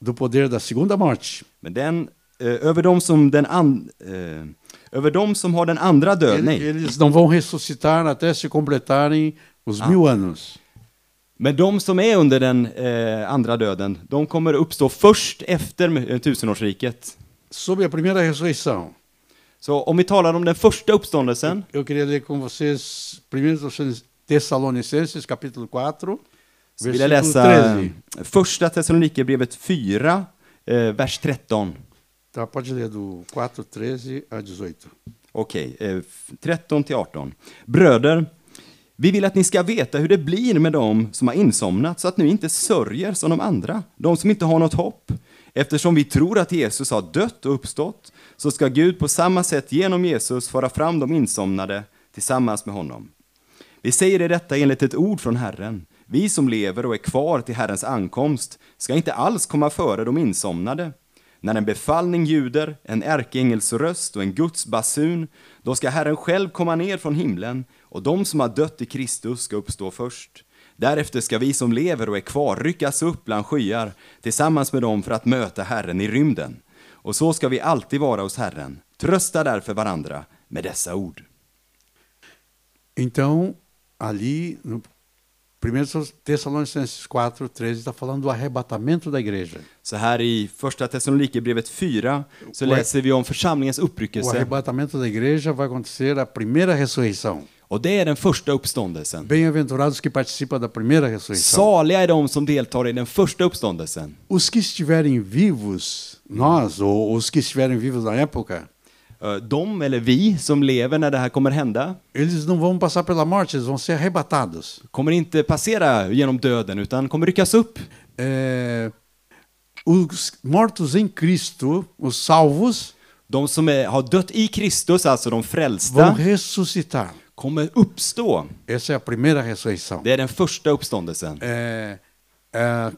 Speaker 1: do poder da segunda morte,
Speaker 2: Men den, eh, över dem som den an, eh, över dem som har den andra döden,
Speaker 1: ele-
Speaker 2: nej.
Speaker 1: eles não vão ressuscitar até se completarem os mil anos.
Speaker 2: Men de som är under den eh, andra döden, de kommer uppstå först efter eh, tusenårsriket.
Speaker 1: Sobre a primeira ressurreição,
Speaker 2: Så om vi talar om den första uppståndelsen,
Speaker 1: eu queria ler com vocês 1 Tessalonicenses, capítulo 4,
Speaker 2: så vill
Speaker 1: versículo
Speaker 2: jag läsa
Speaker 1: 13.
Speaker 2: första Thessalonikerbrevet 4, eh, vers 13.
Speaker 1: Tá, pode ler do 4, 13 a 18.
Speaker 2: Okej, eh, f- 13 till 18. Bröder, vi vill att ni ska veta hur det blir med dem som har insomnat så att ni inte sörjer som de andra, de som inte har något hopp. Eftersom vi tror att Jesus har dött och uppstått så ska Gud på samma sätt genom Jesus föra fram de insomnade tillsammans med honom. Vi säger er detta enligt ett ord från Herren. Vi som lever och är kvar till Herrens ankomst ska inte alls komma före de insomnade. När en befallning ljuder, en ärkeängels röst och en Guds basun, då ska Herren själv komma ner från himlen och de som har dött i Kristus ska uppstå först. Därefter ska vi som lever och är kvar ryckas upp bland skyar tillsammans med dem för att möta Herren i rymden. Och så ska vi alltid vara hos Herren. Trösta därför varandra med dessa ord.
Speaker 1: Então, ali, no 1 Tessalonicenses 4, 13, está falando do arrebatamento da igreja.
Speaker 2: Så här i första Thessalonikerbrevet 4 så
Speaker 1: Och-
Speaker 2: läser vi om församlingens
Speaker 1: O
Speaker 2: uppryckelse.
Speaker 1: arrebatamento da igreja vai acontecer a primeira ressurreição.
Speaker 2: Och det är den första uppståndelsen.
Speaker 1: Bem-aventurados que participam da primeira ressurreição.
Speaker 2: Saliga är de som deltar i den första uppståndelsen.
Speaker 1: Os que estiverem vivos, nós, ou os que estiverem vivos na época,
Speaker 2: Eh, De, eller vi, som lever när det här kommer hända
Speaker 1: eles não vão passar pela morte, eles vão ser arrebatados.
Speaker 2: kommer inte passera genom döden utan kommer ryckas upp.
Speaker 1: É, os mortos em Cristo, os salvos,
Speaker 2: De som är, har dött i Kristus, alltså de
Speaker 1: vão
Speaker 2: frälsta,
Speaker 1: ressuscitar.
Speaker 2: kommer uppstå.
Speaker 1: Essa é a primeira ressurreição.
Speaker 2: Det är den första uppståndelsen.
Speaker 1: É, é,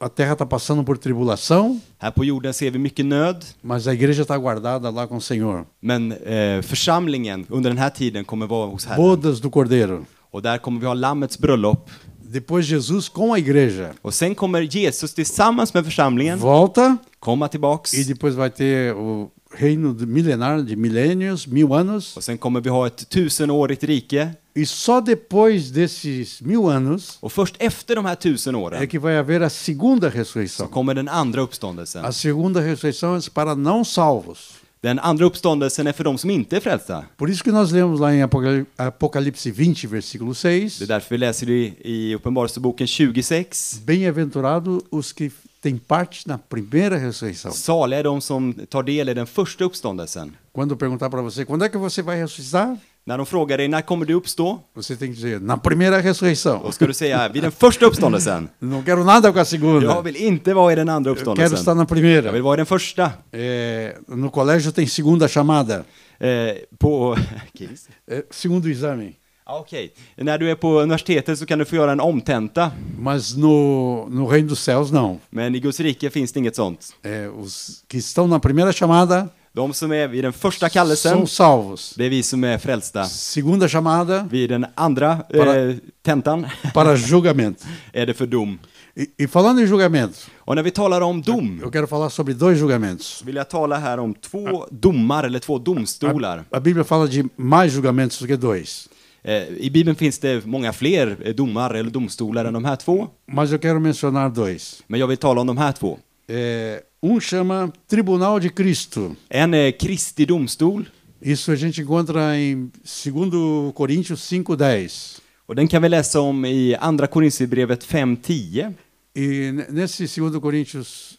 Speaker 1: a terra está passando por tribulação,
Speaker 2: Här på jorden ser vi mycket nöd,
Speaker 1: mas a igreja está guardada lá com o Senhor.
Speaker 2: men eh, församlingen under den här tiden kommer vara hos Herren.
Speaker 1: Bodas do Cordeiro.
Speaker 2: Och där kommer vi ha Lammets bröllop.
Speaker 1: Depois Jesus com a igreja
Speaker 2: Och sen kommer Jesus tillsammans med församlingen
Speaker 1: volta
Speaker 2: komma tillbaks.
Speaker 1: e depois vai ter o reino de milenar de milênios, mil anos.
Speaker 2: Och sen kommer vi ha ett tusenårigt rike.
Speaker 1: E só depois desses mil anos
Speaker 2: Och först efter de här tusen
Speaker 1: é
Speaker 2: åren
Speaker 1: que vai haver a segunda
Speaker 2: så
Speaker 1: ressurreição.
Speaker 2: kommer den andra uppståndelsen.
Speaker 1: A segunda ressurreição é para não salvos.
Speaker 2: Den andra uppståndelsen är för de som inte är frälsta.
Speaker 1: Por isso que nós lemos lá em Apocal- Apocalipse 20, versículo
Speaker 2: Det är
Speaker 1: 6,
Speaker 2: därför vi läser det i, i Uppenbarelseboken 26.
Speaker 1: bem-aventurado os que têm parte na primeira ressurreição.
Speaker 2: Saliga är de som tar del i den första uppståndelsen.
Speaker 1: Quando eu perguntar para você, quando é que você vai ressuscitar?
Speaker 2: När de frågar dig när kommer du uppstå?
Speaker 1: Você tem que dizer, na primeira ressurreição.
Speaker 2: Då ska du säga vid den första uppståndelsen.
Speaker 1: Não quero nada com a
Speaker 2: Jag
Speaker 1: segunda.
Speaker 2: vill inte vara i den andra
Speaker 1: Eu quero estar
Speaker 2: uppståndelsen.
Speaker 1: na
Speaker 2: Jag vill
Speaker 1: primeira.
Speaker 2: vara i den första.
Speaker 1: É, no colégio tem segunda chamada,
Speaker 2: Eh, på... Kiss.
Speaker 1: é, segundo exame.
Speaker 2: Ja, Okej, när du är på universitetet så kan du få göra en omtenta.
Speaker 1: Mas no, no reino dos céus, não.
Speaker 2: Men i Guds rike finns det inget sånt.
Speaker 1: É, os que estão na primeira chamada
Speaker 2: De som är vid den första
Speaker 1: são
Speaker 2: kallelsen,
Speaker 1: salvos.
Speaker 2: det är vi som är frälsta.
Speaker 1: Segunda chamada
Speaker 2: Vid den andra eh,
Speaker 1: Bara-
Speaker 2: tentan
Speaker 1: para julgamento.
Speaker 2: är det för dom.
Speaker 1: E, e falando em julgamento,
Speaker 2: Och när vi talar om dom
Speaker 1: eu quero falar sobre dois julgamentos.
Speaker 2: vill jag tala här om två domar eller två domstolar.
Speaker 1: A Bíblia fala de mais julgamentos do que dois.
Speaker 2: Eh, I Bibeln finns det många fler eh, domar eller domstolar än de här två,
Speaker 1: Mas eu quero mencionar dois.
Speaker 2: men jag vill tala om de här två.
Speaker 1: É, um chama Tribunal de Cristo.
Speaker 2: En är Kristi domstol
Speaker 1: Isso a gente encontra em 2 Coríntios 5,10.
Speaker 2: och den kan vi läsa om i Andra Korinthierbrevet 5.10.
Speaker 1: E ne- nesse 2 Coríntios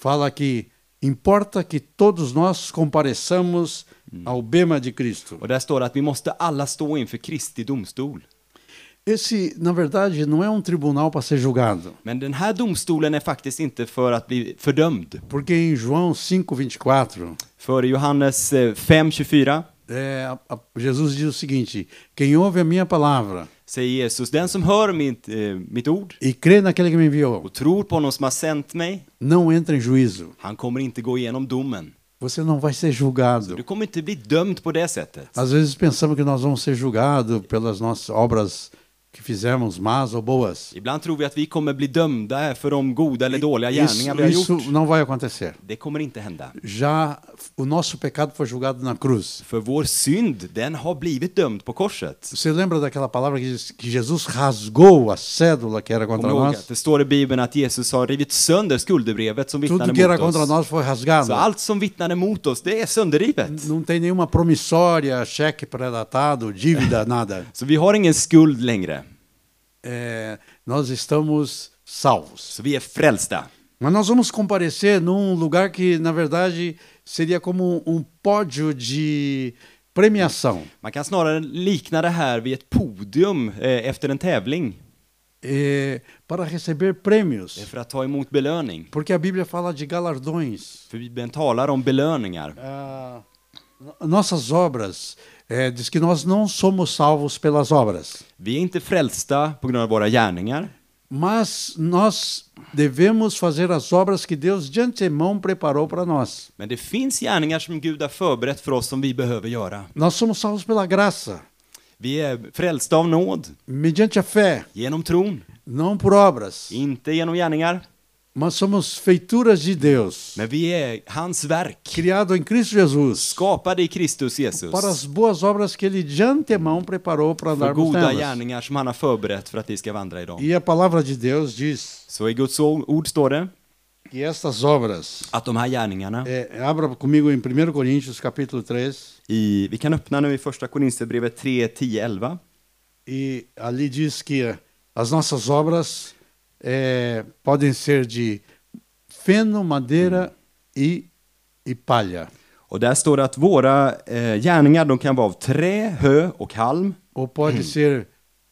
Speaker 1: fala que importa que todos nós compareçamos ao bema de Cristo.
Speaker 2: Och där står det att vi måste alla stå inför Kristi domstol.
Speaker 1: Esse, na verdade, não é um tribunal para ser julgado.
Speaker 2: Men den här domstolen är faktiskt inte för att bli fördömd.
Speaker 1: Porque em João 5,24,
Speaker 2: För i Johannes eh, 5.24
Speaker 1: é, a- a- Jesus diz o seguinte: Quem ouve a minha palavra
Speaker 2: säger Jesus, den som hör mitt, eh, mitt ord
Speaker 1: e crê naquele que me enviou,
Speaker 2: och tror på honom som har sänt mig,
Speaker 1: não entra em juízo.
Speaker 2: han kommer inte gå igenom domen.
Speaker 1: Você não vai ser julgado.
Speaker 2: Du kommer inte bli dömd på det sättet.
Speaker 1: Às vezes pensamos que nós vamos ser julgados pelas nossas obras que fizemos, más ou boas.
Speaker 2: Ibland tror vi att vi kommer bli dömda för de goda eller dåliga gärningar vi har
Speaker 1: Isso,
Speaker 2: gjort.
Speaker 1: isso não vai acontecer.
Speaker 2: Det kommer inte hända.
Speaker 1: Já o nosso pecado foi julgado na cruz.
Speaker 2: För vår synd, den har blivit dömd på korset.
Speaker 1: Você lembra daquela palavra que diz que Jesus rasgou a cédula que era
Speaker 2: Kom
Speaker 1: contra
Speaker 2: ihåg att
Speaker 1: nós?
Speaker 2: det står i Bibeln att Jesus har rivit sönder skuldebrevet som
Speaker 1: Tudo que era
Speaker 2: vittnade mot
Speaker 1: contra
Speaker 2: oss.
Speaker 1: nós foi rasgado.
Speaker 2: Så allt som vittnade mot oss, det är sönderrivet.
Speaker 1: Não tem nenhuma promissória, cheque pré-datado, dívida, nada.
Speaker 2: Så vi har ingen skuld längre.
Speaker 1: É, nós estamos salvos.
Speaker 2: Så vi är frälsta.
Speaker 1: Mas nós vamos comparecer num lugar que, na verdade, seria como um pódio de premiação.
Speaker 2: Man kan snarare likna det här vid ett podium eh, efter en tävling.
Speaker 1: é, para receber
Speaker 2: Det är
Speaker 1: prêmios.
Speaker 2: för att ta emot belöning.
Speaker 1: Porque a Bíblia fala de galardões.
Speaker 2: För Bibeln talar om belöningar.
Speaker 1: Ah, no- nossas obras, é, diz que nós não somos salvos pelas obras,
Speaker 2: Vi är inte frälsta på grund av våra gärningar.
Speaker 1: mas nós devemos fazer as obras que Deus de antemão preparou para nós.
Speaker 2: Men det finns gärningar som Gud har förberett för oss som vi behöver göra.
Speaker 1: Nós somos salvos pela graça,
Speaker 2: Vi är frälsta av nåd,
Speaker 1: mediante a fé,
Speaker 2: genom tron,
Speaker 1: não por obras.
Speaker 2: inte genom gärningar.
Speaker 1: Mas somos feituras de Deus,
Speaker 2: Men vi är hans verk,
Speaker 1: criado em Cristo Jesus,
Speaker 2: skapade i Kristus Jesus.
Speaker 1: para as boas obras que Ele de antemão preparou para
Speaker 2: För
Speaker 1: andarmos
Speaker 2: goda
Speaker 1: nelas.
Speaker 2: gärningar som han har förberett för att vi ska vandra i dem.
Speaker 1: E a palavra de Deus diz
Speaker 2: Så i Guds ord står det
Speaker 1: que estas obras,
Speaker 2: att de här gärningarna,
Speaker 1: é, abra comigo em 1 Coríntios capítulo 3,
Speaker 2: i, vi kan öppna nu i första Korinthierbrevet 3, 10, 11.
Speaker 1: e ali diz que eh, as nossas obras é, podem ser de feno, madeira e, e palha,
Speaker 2: Och där står det att våra eh, gärningar de kan vara av trä, hö och halm.
Speaker 1: ou pode ser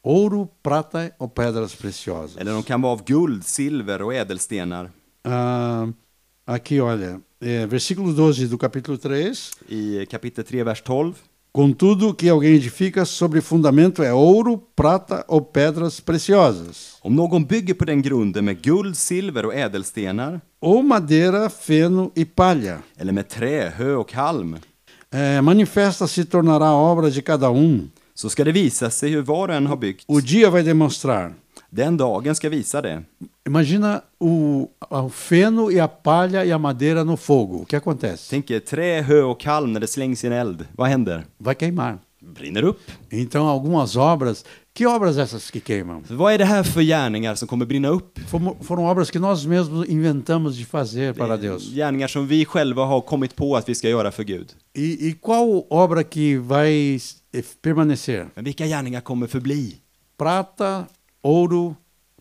Speaker 1: ouro, prata ou pedras preciosas.
Speaker 2: Eller de kan vara av guld, silver och ädelstenar.
Speaker 1: Ah, aqui, olha, é, versículo 12 do capítulo 3.
Speaker 2: I kapitel 3, vers 12.
Speaker 1: Contudo, que alguém edifica sobre fundamento é ouro, prata ou pedras preciosas,
Speaker 2: Om någon bygger på den grunden med guld, silver och ädelstenar,
Speaker 1: ou madeira, feno e palha.
Speaker 2: eller med trä, hö och halm,
Speaker 1: É, manifesta se tornará a obra de cada um.
Speaker 2: så ska det visa sig hur var och en har byggt.
Speaker 1: O dia vai demonstrar.
Speaker 2: Den dagen ska visa det.
Speaker 1: Imagina o, o feno e a palha e a madeira no fogo. O que acontece?
Speaker 2: Tänk er trä, hö och halm när det slängs i en eld. Vad händer?
Speaker 1: Vai queimar.
Speaker 2: Brinner upp.
Speaker 1: Então, algumas obras. Que obras essas que queimam?
Speaker 2: Så vad är det här för gärningar som kommer brinna upp?
Speaker 1: Fomo- Foram obras que nós mesmos inventamos de fazer para Deus.
Speaker 2: Gärningar som vi själva har kommit på att vi ska göra för Gud.
Speaker 1: E, e qual obra que vai eh, permanecer?
Speaker 2: Men vilka gärningar kommer förbli?
Speaker 1: Prata, ouro,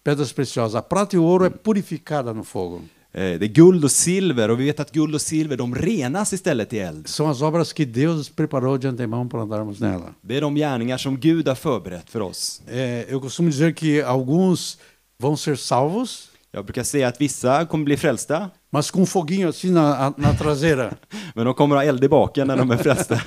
Speaker 1: pedras preciosas. A prata e o ouro é purificada no fogo.
Speaker 2: Eh, Det är guld och silver och vi vet att guld och silver de renas istället i eld.
Speaker 1: São as obras que Deus preparou de antemão para andarmos nela.
Speaker 2: Det är de gärningar som Gud har förberett för oss.
Speaker 1: É, eu costumo dizer que alguns vão ser salvos,
Speaker 2: Jag brukar säga att vissa kommer bli frälsta,
Speaker 1: mas com um foguinho assim na, a- na traseira.
Speaker 2: men de kommer ha eld i baken när de är frälsta.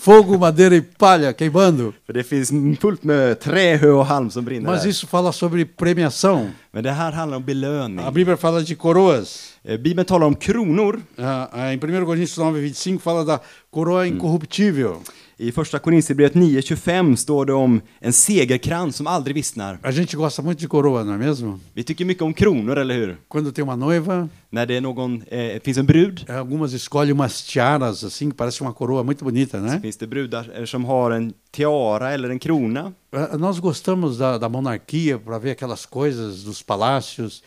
Speaker 1: Fogo, madeira e palha queimando.
Speaker 2: För det finns fullt med trä, hö och halm som brinner
Speaker 1: Mas
Speaker 2: där.
Speaker 1: isso fala sobre premiação.
Speaker 2: Men det här handlar om belöning.
Speaker 1: A Bíblia fala de coroas.
Speaker 2: Eh, Bibeln talar om kronor.
Speaker 1: Ah, ah, em 1 Coríntios 9, 25 fala da coroa incorruptível.
Speaker 2: I första Korinthierbrevet 9.25 står det om en segerkrans som aldrig vissnar.
Speaker 1: A gente gosta muito de coroa, não é mesmo?
Speaker 2: Vi tycker mycket om kronor, eller hur?
Speaker 1: Quando tem uma noiva,
Speaker 2: När det är någon, eh, finns en brud,
Speaker 1: algumas escolhem umas tiaras assim, que parece uma coroa muito bonita, né?
Speaker 2: finns det brudar eh, som har en tiara eller en krona.
Speaker 1: Ah, Nós gostamos da, da monarquia para ver aquelas coisas dos palácios.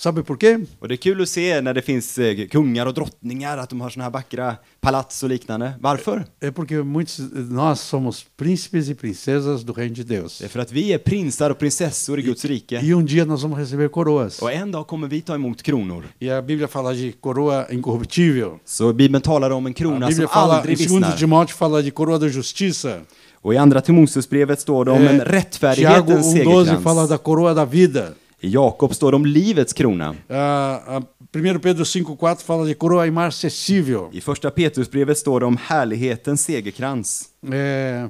Speaker 1: Sabe por quê?
Speaker 2: Och det är kul att se när det finns eh, kungar och drottningar, att de har såna här vackra palats och liknande. Varför?
Speaker 1: É porque muitos nós somos príncipes e princesas do reino de Deus.
Speaker 2: Det är för att vi är prinsar och prinsessor i Guds rike.
Speaker 1: E um dia nós vamos receber coroas.
Speaker 2: Och en dag kommer vi ta emot kronor.
Speaker 1: E a Bíblia fala de coroa incorruptível.
Speaker 2: Så Bibeln talar om en
Speaker 1: A
Speaker 2: krona som
Speaker 1: Bíblia fala, em
Speaker 2: aldrig
Speaker 1: 2
Speaker 2: vissnar.
Speaker 1: Timóteo fala de coroa da justiça.
Speaker 2: Och i andra Timoteusbrevet står det om
Speaker 1: É, Eh,
Speaker 2: en
Speaker 1: Tiago
Speaker 2: rättfärdighetens
Speaker 1: 1,12 fala
Speaker 2: segerkrans.
Speaker 1: da coroa da vida.
Speaker 2: I Jakob står det om livets krona.
Speaker 1: Ah, ah, 1 Pedro 5,4 fala de coroa imarcessível.
Speaker 2: I första Petrusbrevet står det om härlighetens segerkrans.
Speaker 1: É,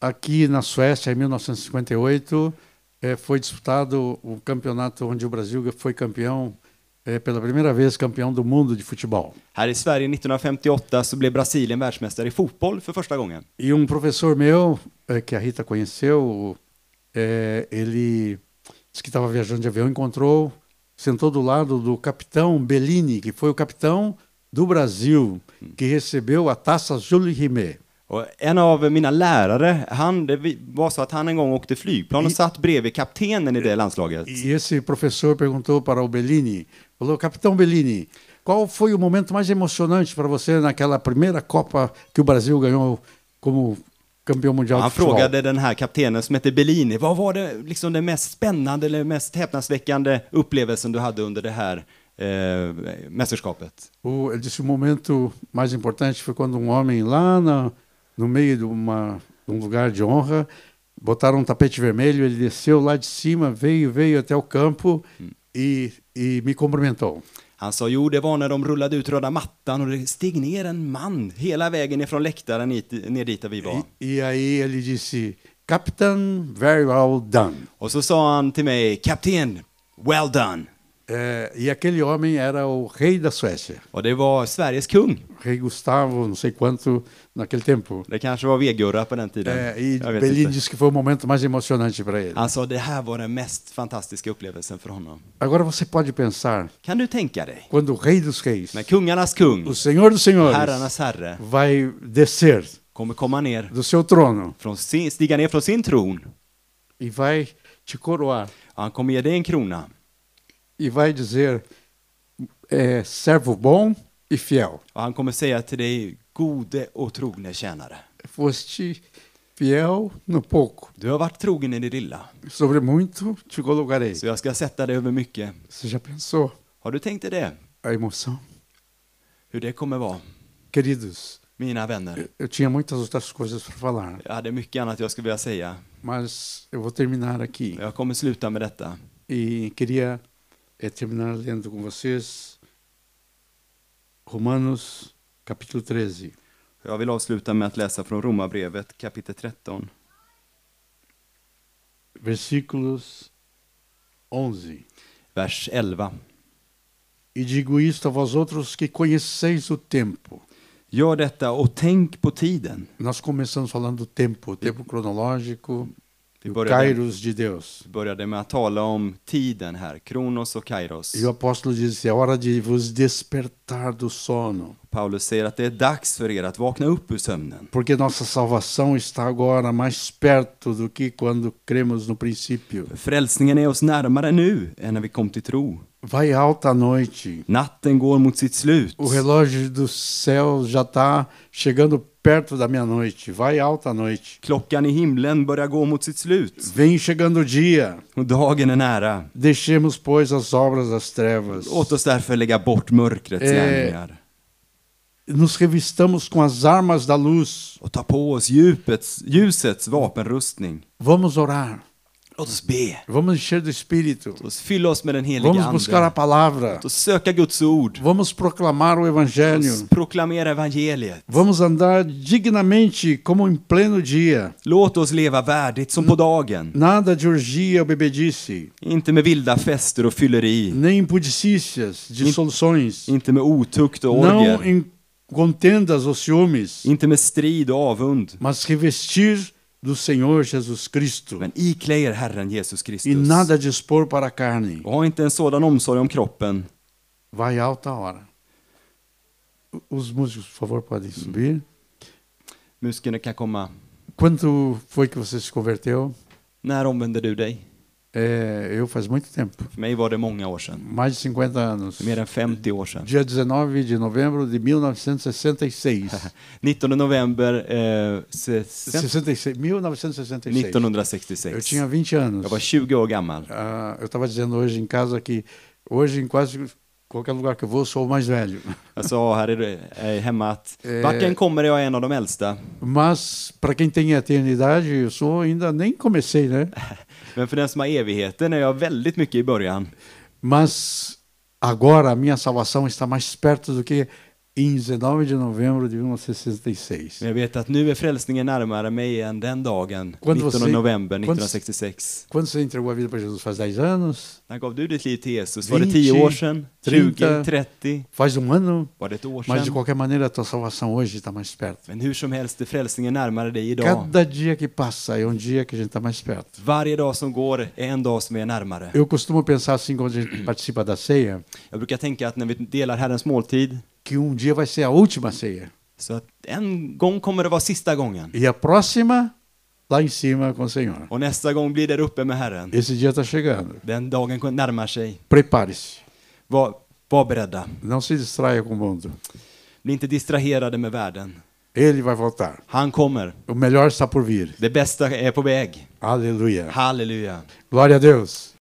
Speaker 1: aqui na Suécia, em 1958, eh, foi disputado o campeonato onde o Brasil foi campeão, eh, pela primeira vez campeão do mundo de futebol.
Speaker 2: Här i Sverige 1958 så blev Brasilien världsmästare i fotboll för första gången.
Speaker 1: E um professor meu, eh, que a Rita conheceu, eh, ele disse que estava viajando de avião, encontrou, sentou do lado do capitão Bellini, que foi o capitão do Brasil, que recebeu a taça Jules Rimet.
Speaker 2: Och en av mina lärare, han, det vi- var så att han en gång åkte flygplan och satt bredvid kaptenen i det landslaget.
Speaker 1: E esse professor perguntou para o Bellini, falou, capitão Bellini, qual foi o momento mais emocionante para você naquela primeira Copa que o Brasil ganhou como campeão mundial
Speaker 2: Han
Speaker 1: de futebol?
Speaker 2: frågade den här kaptenen som hette Bellini, vad var det, liksom det mest spännande eller mest häpnadsväckande upplevelsen du hade under det här eh, mästerskapet?
Speaker 1: O, ele disse o momento mais importante foi quando um homem lá na, no meio de uma, de um lugar de honra botaram um tapete vermelho, ele desceu lá de cima, veio, veio até o campo e, e me cumprimentou.
Speaker 2: Han sa, jo det var när de rullade ut röda mattan och det steg ner en man hela vägen ifrån läktaren hit, ner dit där vi var.
Speaker 1: E, e aí ele disse, Captain, very well done.
Speaker 2: Och så sa han till mig, kapten, well done.
Speaker 1: É, e aquele homem era o rei da Suécia,
Speaker 2: Och det var Sveriges kung.
Speaker 1: rei Gustavo, não sei quanto, naquele tempo.
Speaker 2: Det kanske var Vegurra på den tiden.
Speaker 1: É, e
Speaker 2: Jag vet
Speaker 1: Berlim
Speaker 2: inte.
Speaker 1: disse que foi o momento mais emocionante para ele.
Speaker 2: Han sa det här var den mest fantastiska upplevelsen för honom.
Speaker 1: Agora você pode pensar,
Speaker 2: Kan du tänka dig?
Speaker 1: quando o rei dos reis,
Speaker 2: När kungarnas kung,
Speaker 1: o senhor dos senhores,
Speaker 2: herrarnas herre,
Speaker 1: vai descer
Speaker 2: kommer komma ner
Speaker 1: do seu trono
Speaker 2: från sin, stiga ner från sin tron.
Speaker 1: e vai te coroar
Speaker 2: Han kommer ge dig en krona.
Speaker 1: e vai dizer, é, servo bom e fiel,
Speaker 2: Och han kommer säga till dig, gode och trogne tjänare.
Speaker 1: foste fiel no pouco,
Speaker 2: Du har varit trogen i det lilla,
Speaker 1: sobre muito te colocarei.
Speaker 2: så jag ska sätta dig över mycket.
Speaker 1: Você já pensou
Speaker 2: Har du tänkt dig det?
Speaker 1: a emoção?
Speaker 2: Hur det kommer vara?
Speaker 1: Queridos,
Speaker 2: Mina vänner,
Speaker 1: eu- eu tinha muitas outras coisas para falar,
Speaker 2: jag hade mycket annat jag skulle vilja säga.
Speaker 1: mas eu vou terminar aqui.
Speaker 2: Jag kommer sluta med detta.
Speaker 1: E queria eh, terminar lendo com vocês Romanos, capítulo 13.
Speaker 2: Jag vill avsluta med att läsa från Romarbrevet kapitel 13,
Speaker 1: versículos 11.
Speaker 2: vers 11.
Speaker 1: E digo isto a vós outros que conheceis o tempo.
Speaker 2: Gör detta och tänk på tiden.
Speaker 1: Nós começamos falando do tempo, o tempo cronológico,
Speaker 2: Vi
Speaker 1: o
Speaker 2: började,
Speaker 1: kairos de Deus.
Speaker 2: vi började med att tala om tiden här, Kronos och Kairos.
Speaker 1: E o apóstolo disse: é hora de vos despertar do sono,
Speaker 2: Paulus säger att det är dags för er att vakna upp ur sömnen.
Speaker 1: porque nossa salvação está agora mais perto do que quando cremos no princípio.
Speaker 2: Frälsningen är oss närmare nu än när vi kom till tro.
Speaker 1: Vai alta a noite,
Speaker 2: Natten går mot sitt slut.
Speaker 1: o relógio do céu já está chegando perto da meia-noite. Vai alta a noite,
Speaker 2: Klockan i himlen börjar gå mot sitt slut.
Speaker 1: vem chegando o dia.
Speaker 2: Och dagen är nära.
Speaker 1: Deixemos, pois, as obras das trevas.
Speaker 2: Låt oss därför lägga bort mörkrets
Speaker 1: Eh.
Speaker 2: gärningar
Speaker 1: Nos revistamos com as armas da luz.
Speaker 2: och ta på oss djupets, ljusets vapenrustning.
Speaker 1: Vamos orar.
Speaker 2: Låt oss be.
Speaker 1: Vamos encher do Espírito.
Speaker 2: Låt oss fylla oss med den heliga
Speaker 1: Vamos buscar a
Speaker 2: Ande.
Speaker 1: palavra.
Speaker 2: Låt oss söka Guds ord.
Speaker 1: Vamos proclamar o
Speaker 2: Låt
Speaker 1: Evangelho.
Speaker 2: oss proklamera evangeliet.
Speaker 1: Vamos andar dignamente, como em pleno dia.
Speaker 2: Låt oss leva värdigt som på dagen.
Speaker 1: Nada de orgia ou bebedice,
Speaker 2: Inte med vilda fester och fylleri.
Speaker 1: nem impudicícias, dissoluções.
Speaker 2: Inte med otukt och
Speaker 1: Não
Speaker 2: orger.
Speaker 1: em contendas ou ciúmes,
Speaker 2: Inte med strid och avund.
Speaker 1: mas revestir do Senhor Jesus Cristo.
Speaker 2: Men iklä er Herren Jesus
Speaker 1: E
Speaker 2: Kristus.
Speaker 1: nada dispor para a carne.
Speaker 2: Och ha inte en sådan omsorg om kroppen.
Speaker 1: Vai alta hora. Hum. Os músicos, por favor, podem subir.
Speaker 2: Musikerna kan komma.
Speaker 1: Quando foi que você se converteu?
Speaker 2: När omvände du dig?
Speaker 1: É, eu faz muito tempo,
Speaker 2: För mig var det många år sedan.
Speaker 1: mais de 50 anos.
Speaker 2: Mer än 50 år sedan.
Speaker 1: Dia 19 de novembro de 1966.
Speaker 2: 19 november eh, se- se-
Speaker 1: 66, 1966. Eu
Speaker 2: 1966.
Speaker 1: tinha 20 anos.
Speaker 2: Jag var 20 år gammal.
Speaker 1: Ah, eu estava dizendo hoje em casa que hoje em quase qualquer lugar que eu vou sou o mais velho.
Speaker 2: Jag sa här i- eh, hemma att
Speaker 1: Eh.
Speaker 2: vart jag än kommer är jag en av de äldsta.
Speaker 1: Mas para quem tem eternidade, eu sou ainda nem comecei, né?
Speaker 2: Men för den som har evigheten är jag väldigt mycket i början.
Speaker 1: Mas agora a minha salvação está mais perto do que em 19 de novembro de 1966.
Speaker 2: Men jag vet att nu är frälsningen närmare mig än den dagen.
Speaker 1: Quando
Speaker 2: 19
Speaker 1: você-
Speaker 2: november
Speaker 1: quando-
Speaker 2: 1966.
Speaker 1: Quando você entregou a vida para Jesus faz 10 anos,
Speaker 2: När gav du ditt liv till Jesus? Var det
Speaker 1: 20,
Speaker 2: 10 år sedan? 20?
Speaker 1: 30?
Speaker 2: 30?
Speaker 1: faz um ano,
Speaker 2: Var det ett år
Speaker 1: mas de
Speaker 2: sedan?
Speaker 1: qualquer maneira a tua salvação hoje está mais perto.
Speaker 2: Men hur som helst är frälsningen närmare dig idag.
Speaker 1: Cada dia que passa é um dia que a gente está mais perto.
Speaker 2: Varje dag som går är en dag som är närmare.
Speaker 1: Eu costumo pensar assim quando a gente participa da ceia,
Speaker 2: Jag brukar tänka att när vi delar Herrens måltid,
Speaker 1: que um dia vai ser a última ceia.
Speaker 2: så att en gång kommer det vara sista gången.
Speaker 1: E a próxima, lá em cima com o Senhor.
Speaker 2: Och nästa gång blir där uppe med Herren.
Speaker 1: Esse dia está chegando.
Speaker 2: Den dagen närmar sig.
Speaker 1: Prepare-se.
Speaker 2: Var, var beredda.
Speaker 1: Não se distraia com o mundo.
Speaker 2: Bli inte distraherade med världen.
Speaker 1: Ele vai voltar.
Speaker 2: Han kommer.
Speaker 1: O melhor está por vir.
Speaker 2: Det bästa är på väg.
Speaker 1: Aleluia.
Speaker 2: Halleluja.
Speaker 1: Glória a Deus.